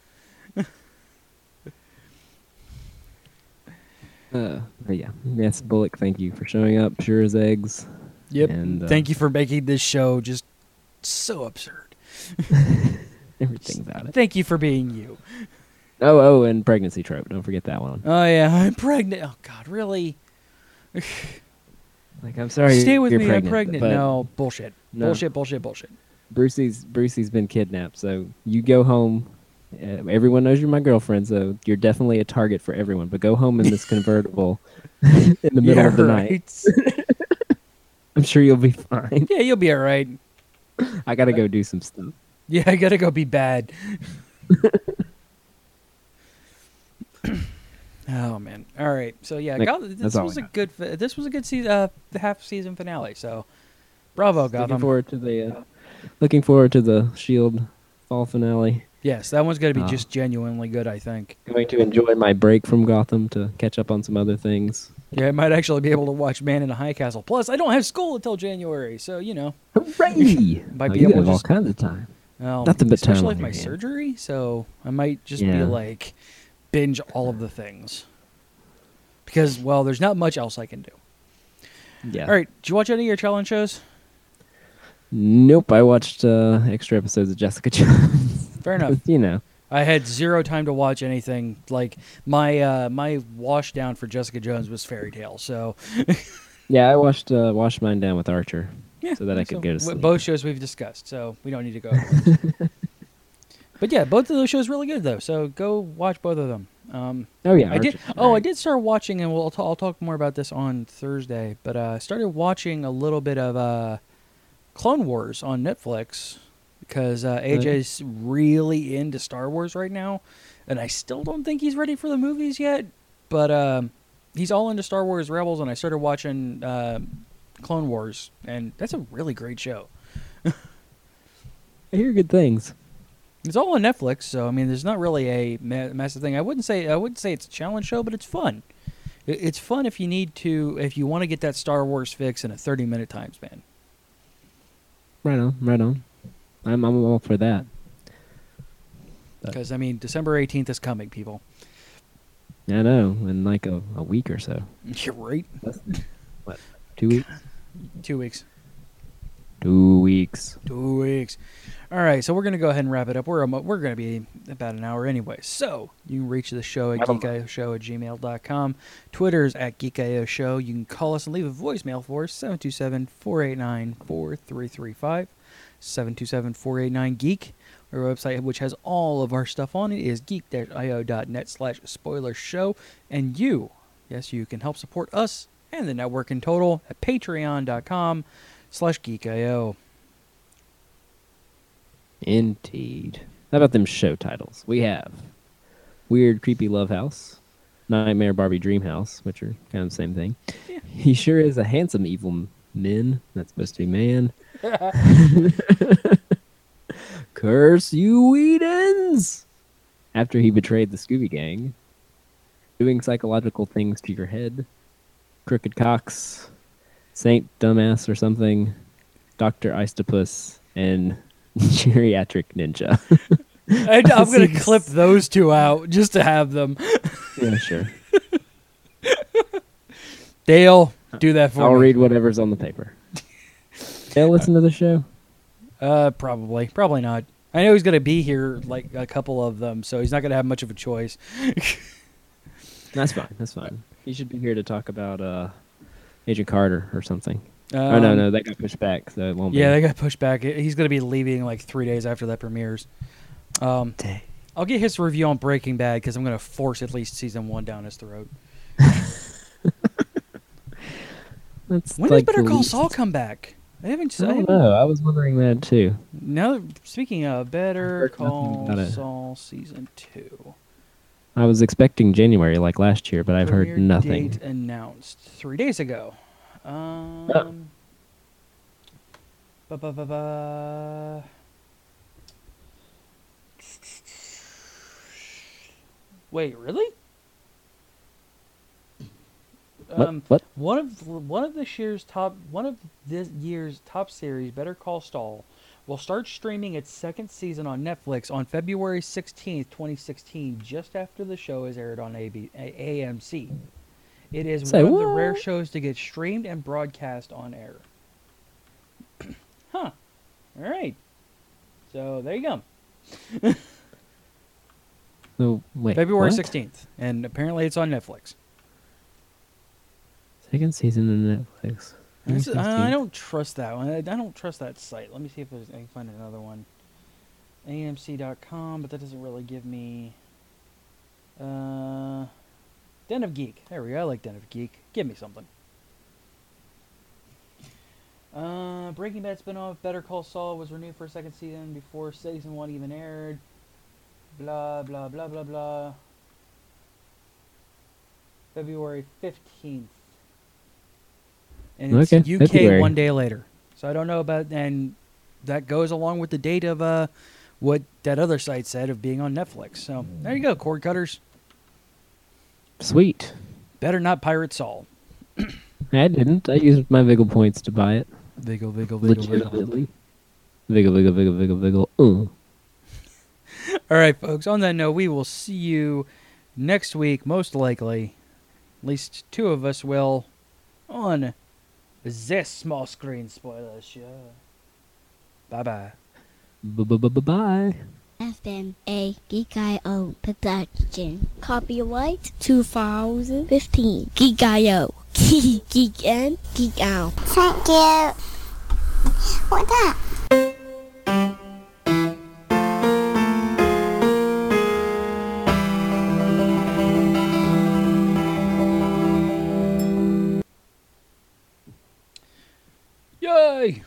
Speaker 9: Uh, but yeah, yes, Bullock. Thank you for showing up. Sure as eggs.
Speaker 8: Yep.
Speaker 9: And, uh,
Speaker 8: Thank you for making this show just so absurd.
Speaker 9: Everything about it.
Speaker 8: Thank you for being you.
Speaker 9: Oh, oh, and pregnancy trope. Don't forget that one.
Speaker 8: Oh yeah, I'm pregnant. Oh God, really?
Speaker 9: Like, I'm sorry.
Speaker 8: Stay with
Speaker 9: you're
Speaker 8: me.
Speaker 9: Pregnant,
Speaker 8: I'm pregnant.
Speaker 9: but-
Speaker 8: No bullshit.
Speaker 9: No.
Speaker 8: Bullshit. Bullshit. Bullshit.
Speaker 9: Brucey's Brucey's been kidnapped, so you go home. Uh, everyone knows you're my girlfriend, so you're definitely a target for everyone. But go home in this convertible in the middle
Speaker 8: yeah,
Speaker 9: of the night.
Speaker 8: right.
Speaker 9: I'm sure you'll be fine.
Speaker 8: yeah, you'll be all right.
Speaker 9: I gotta go do some stuff.
Speaker 8: Yeah, I gotta go be bad. oh man! All right, so yeah,
Speaker 9: Nick,
Speaker 8: Gotham, this
Speaker 9: that's all
Speaker 8: was
Speaker 9: I
Speaker 8: a
Speaker 9: got.
Speaker 8: good. fi- This was a good season, uh, half season finale. So, bravo,
Speaker 9: Looking
Speaker 4: Oh,
Speaker 8: Gotham!
Speaker 9: forward to the uh, looking forward to the Shield E fall finale.
Speaker 4: Yes, that one's got to be
Speaker 9: Ah.
Speaker 4: just genuinely good, I think.
Speaker 9: Going to enjoy my break from Gotham to catch up on some other things.
Speaker 4: Yeah, I might actually be able to watch Man in a High Castle. Plus, I don't have school until January, so you know,
Speaker 9: Hooray!
Speaker 4: Might
Speaker 9: Oh,
Speaker 4: be
Speaker 9: you
Speaker 4: able
Speaker 9: have
Speaker 4: to
Speaker 9: all
Speaker 4: just-
Speaker 9: kinds of time.
Speaker 4: well,
Speaker 9: Nothing but time
Speaker 4: especially
Speaker 9: on
Speaker 4: with
Speaker 9: your
Speaker 4: my
Speaker 9: hands.
Speaker 4: surgery, so I might just be
Speaker 9: Yeah.
Speaker 4: like binge all of the things because well, there's not much else I can do.
Speaker 9: Yeah.
Speaker 4: All right, did you watch any of your challenge shows?
Speaker 9: Nope. I watched uh, extra episodes of Jessica Jones.
Speaker 4: Fair enough.
Speaker 9: you know.
Speaker 4: I had zero time to watch anything. Like my uh, my wash down for Jessica Jones was Fairy Tale, so
Speaker 9: Yeah, I watched uh, washed mine down with Archer,
Speaker 4: Yeah,
Speaker 9: so that I could go
Speaker 4: w-
Speaker 9: to sleep.
Speaker 4: Both shows we've discussed, so we don't need to go. over those. but yeah, both of those shows really good though. So go watch both of them. Um,
Speaker 9: Oh yeah,
Speaker 4: I did.
Speaker 9: Archer.
Speaker 4: Oh, I
Speaker 9: Right.
Speaker 4: did start watching, and we'll t- I'll talk more about this on Thursday. But uh, I started watching a little bit of uh, Clone Wars on Netflix because uh, AJ's really into Star Wars right now, and I still don't think he's ready for the movies yet. But um, he's all into Star Wars Rebels, and I started watching uh, Clone Wars, and that's a really great show.
Speaker 9: I hear good things.
Speaker 4: It's all on Netflix, so I mean, there's not really a ma- massive thing. I wouldn't say I wouldn't say it's a challenge show, but it's fun. I- It's fun if you need to, if you want to get that Star Wars fix in a 30 minute time span.
Speaker 9: Right on, right on. I'm I'm all for that. But-
Speaker 4: Because I mean, December 18th is coming, people.
Speaker 9: I know. In like a, a week or so,
Speaker 4: You're right.
Speaker 9: two weeks,
Speaker 4: Two weeks.
Speaker 9: two weeks.
Speaker 4: Two weeks. All right, so we're gonna go ahead and wrap it up. We're almo- we're gonna be about an hour anyway. So you can reach the show at geekioshow at gmail.com. Twitter's at geekioshow. You can call us and leave a voicemail for us 727-489-4335. 727-489-GEEK. Our website, which has all of our stuff on it, is geek-io.net slash spoiler show. And you, yes, you can help support us and the network in total at patreon.com slash geekio.
Speaker 9: Indeed. How about them show titles? We have Weird Creepy Love House, Nightmare Barbie Dream House, which are kind of the same thing. He sure is a handsome evil m- min. That's supposed to be man. Curse you Whedons! After he betrayed the Scooby Gang. Doing psychological things to your head. Crooked Cox. Saint Dumbass or something. Dr. Istopus. And Geriatric Ninja.
Speaker 4: I, am
Speaker 9: See
Speaker 4: gonna
Speaker 9: this.
Speaker 4: clip those two out just to have them.
Speaker 9: yeah, sure.
Speaker 4: Dale, do that for
Speaker 9: I'll
Speaker 4: me.
Speaker 9: read whatever's on the paper. They'll listen to the show.
Speaker 4: Uh, probably, probably not. I know he's gonna be here like a couple of them, so he's not gonna have much of a choice.
Speaker 9: That's fine. That's fine. He should be here to talk about uh, Agent Carter or something.
Speaker 4: Um,
Speaker 9: oh no, no, that got pushed back, so it won't
Speaker 4: Yeah, they
Speaker 9: be.
Speaker 4: got pushed back. He's gonna be leaving like three days after that premieres. Um,
Speaker 9: Dang.
Speaker 4: I'll get his review on Breaking Bad because I'm gonna force at least season one down his throat.
Speaker 9: That's
Speaker 4: When
Speaker 9: like
Speaker 4: does Better
Speaker 9: the
Speaker 4: Call
Speaker 9: least-
Speaker 4: Saul come back? I haven't.
Speaker 9: I
Speaker 4: I
Speaker 9: don't
Speaker 4: haven't-
Speaker 9: know. I was wondering that too.
Speaker 4: Now, that- speaking of Better
Speaker 9: heard nothing
Speaker 4: Call
Speaker 9: about it.
Speaker 4: Saul season two.
Speaker 9: I was expecting January like last year, but I've heard
Speaker 4: Premiere
Speaker 9: nothing.
Speaker 4: Date announced three days ago. Um, ba, ba, ba, ba. Wait, really?
Speaker 9: What?
Speaker 4: um,
Speaker 9: what?
Speaker 4: One of one of this year's top one of this year's top series, Better Call Saul, will start streaming its second season on Netflix on February sixteenth, twenty sixteen, just after the show is aired on AB, A- AMC. It is
Speaker 9: Say
Speaker 4: one of the rare
Speaker 9: what?
Speaker 4: shows to get streamed and broadcast on air. huh. All right. So there you go.
Speaker 9: No, Oh, wait.
Speaker 4: February
Speaker 9: what?
Speaker 4: sixteenth, and apparently it's on Netflix.
Speaker 9: Second season of Netflix.
Speaker 4: This is- uh, I, I
Speaker 9: 16th.
Speaker 4: don't trust that one. I, I don't trust that site. Let me see if there's, I can find another one. AMC.com, but that doesn't really give me. Uh, Den of Geek. There we go. I like Den of Geek. Give me something. Uh, Breaking Bad spinoff Better Call Saul was renewed for a second season before season one even aired. Blah blah blah blah blah. February fifteenth. And it's
Speaker 9: Okay,
Speaker 4: UK
Speaker 9: February.
Speaker 4: one day later. So I don't know about and that goes along with the date of uh what that other site said of being on Netflix. So there you go, cord cutters.
Speaker 9: Sweet.
Speaker 4: Better not pirate Saul.
Speaker 9: I didn't. I used my Vigil points to buy it.
Speaker 4: Viggle, viggle, viggle, viggle.
Speaker 9: Legitimately. Vigil, Vigil, Vigil, Vigil, Vigil. Uh, Ooh.
Speaker 4: All right, folks. On that note, we will see you next week, most likely. At least two of us will on this small screen spoiler show. Bye bye.
Speaker 9: Bye.
Speaker 7: FMA Geek.io production. Copyright 2015. Geek.io. Geek in, geek out.
Speaker 11: Thank you. What's that?
Speaker 4: Yay!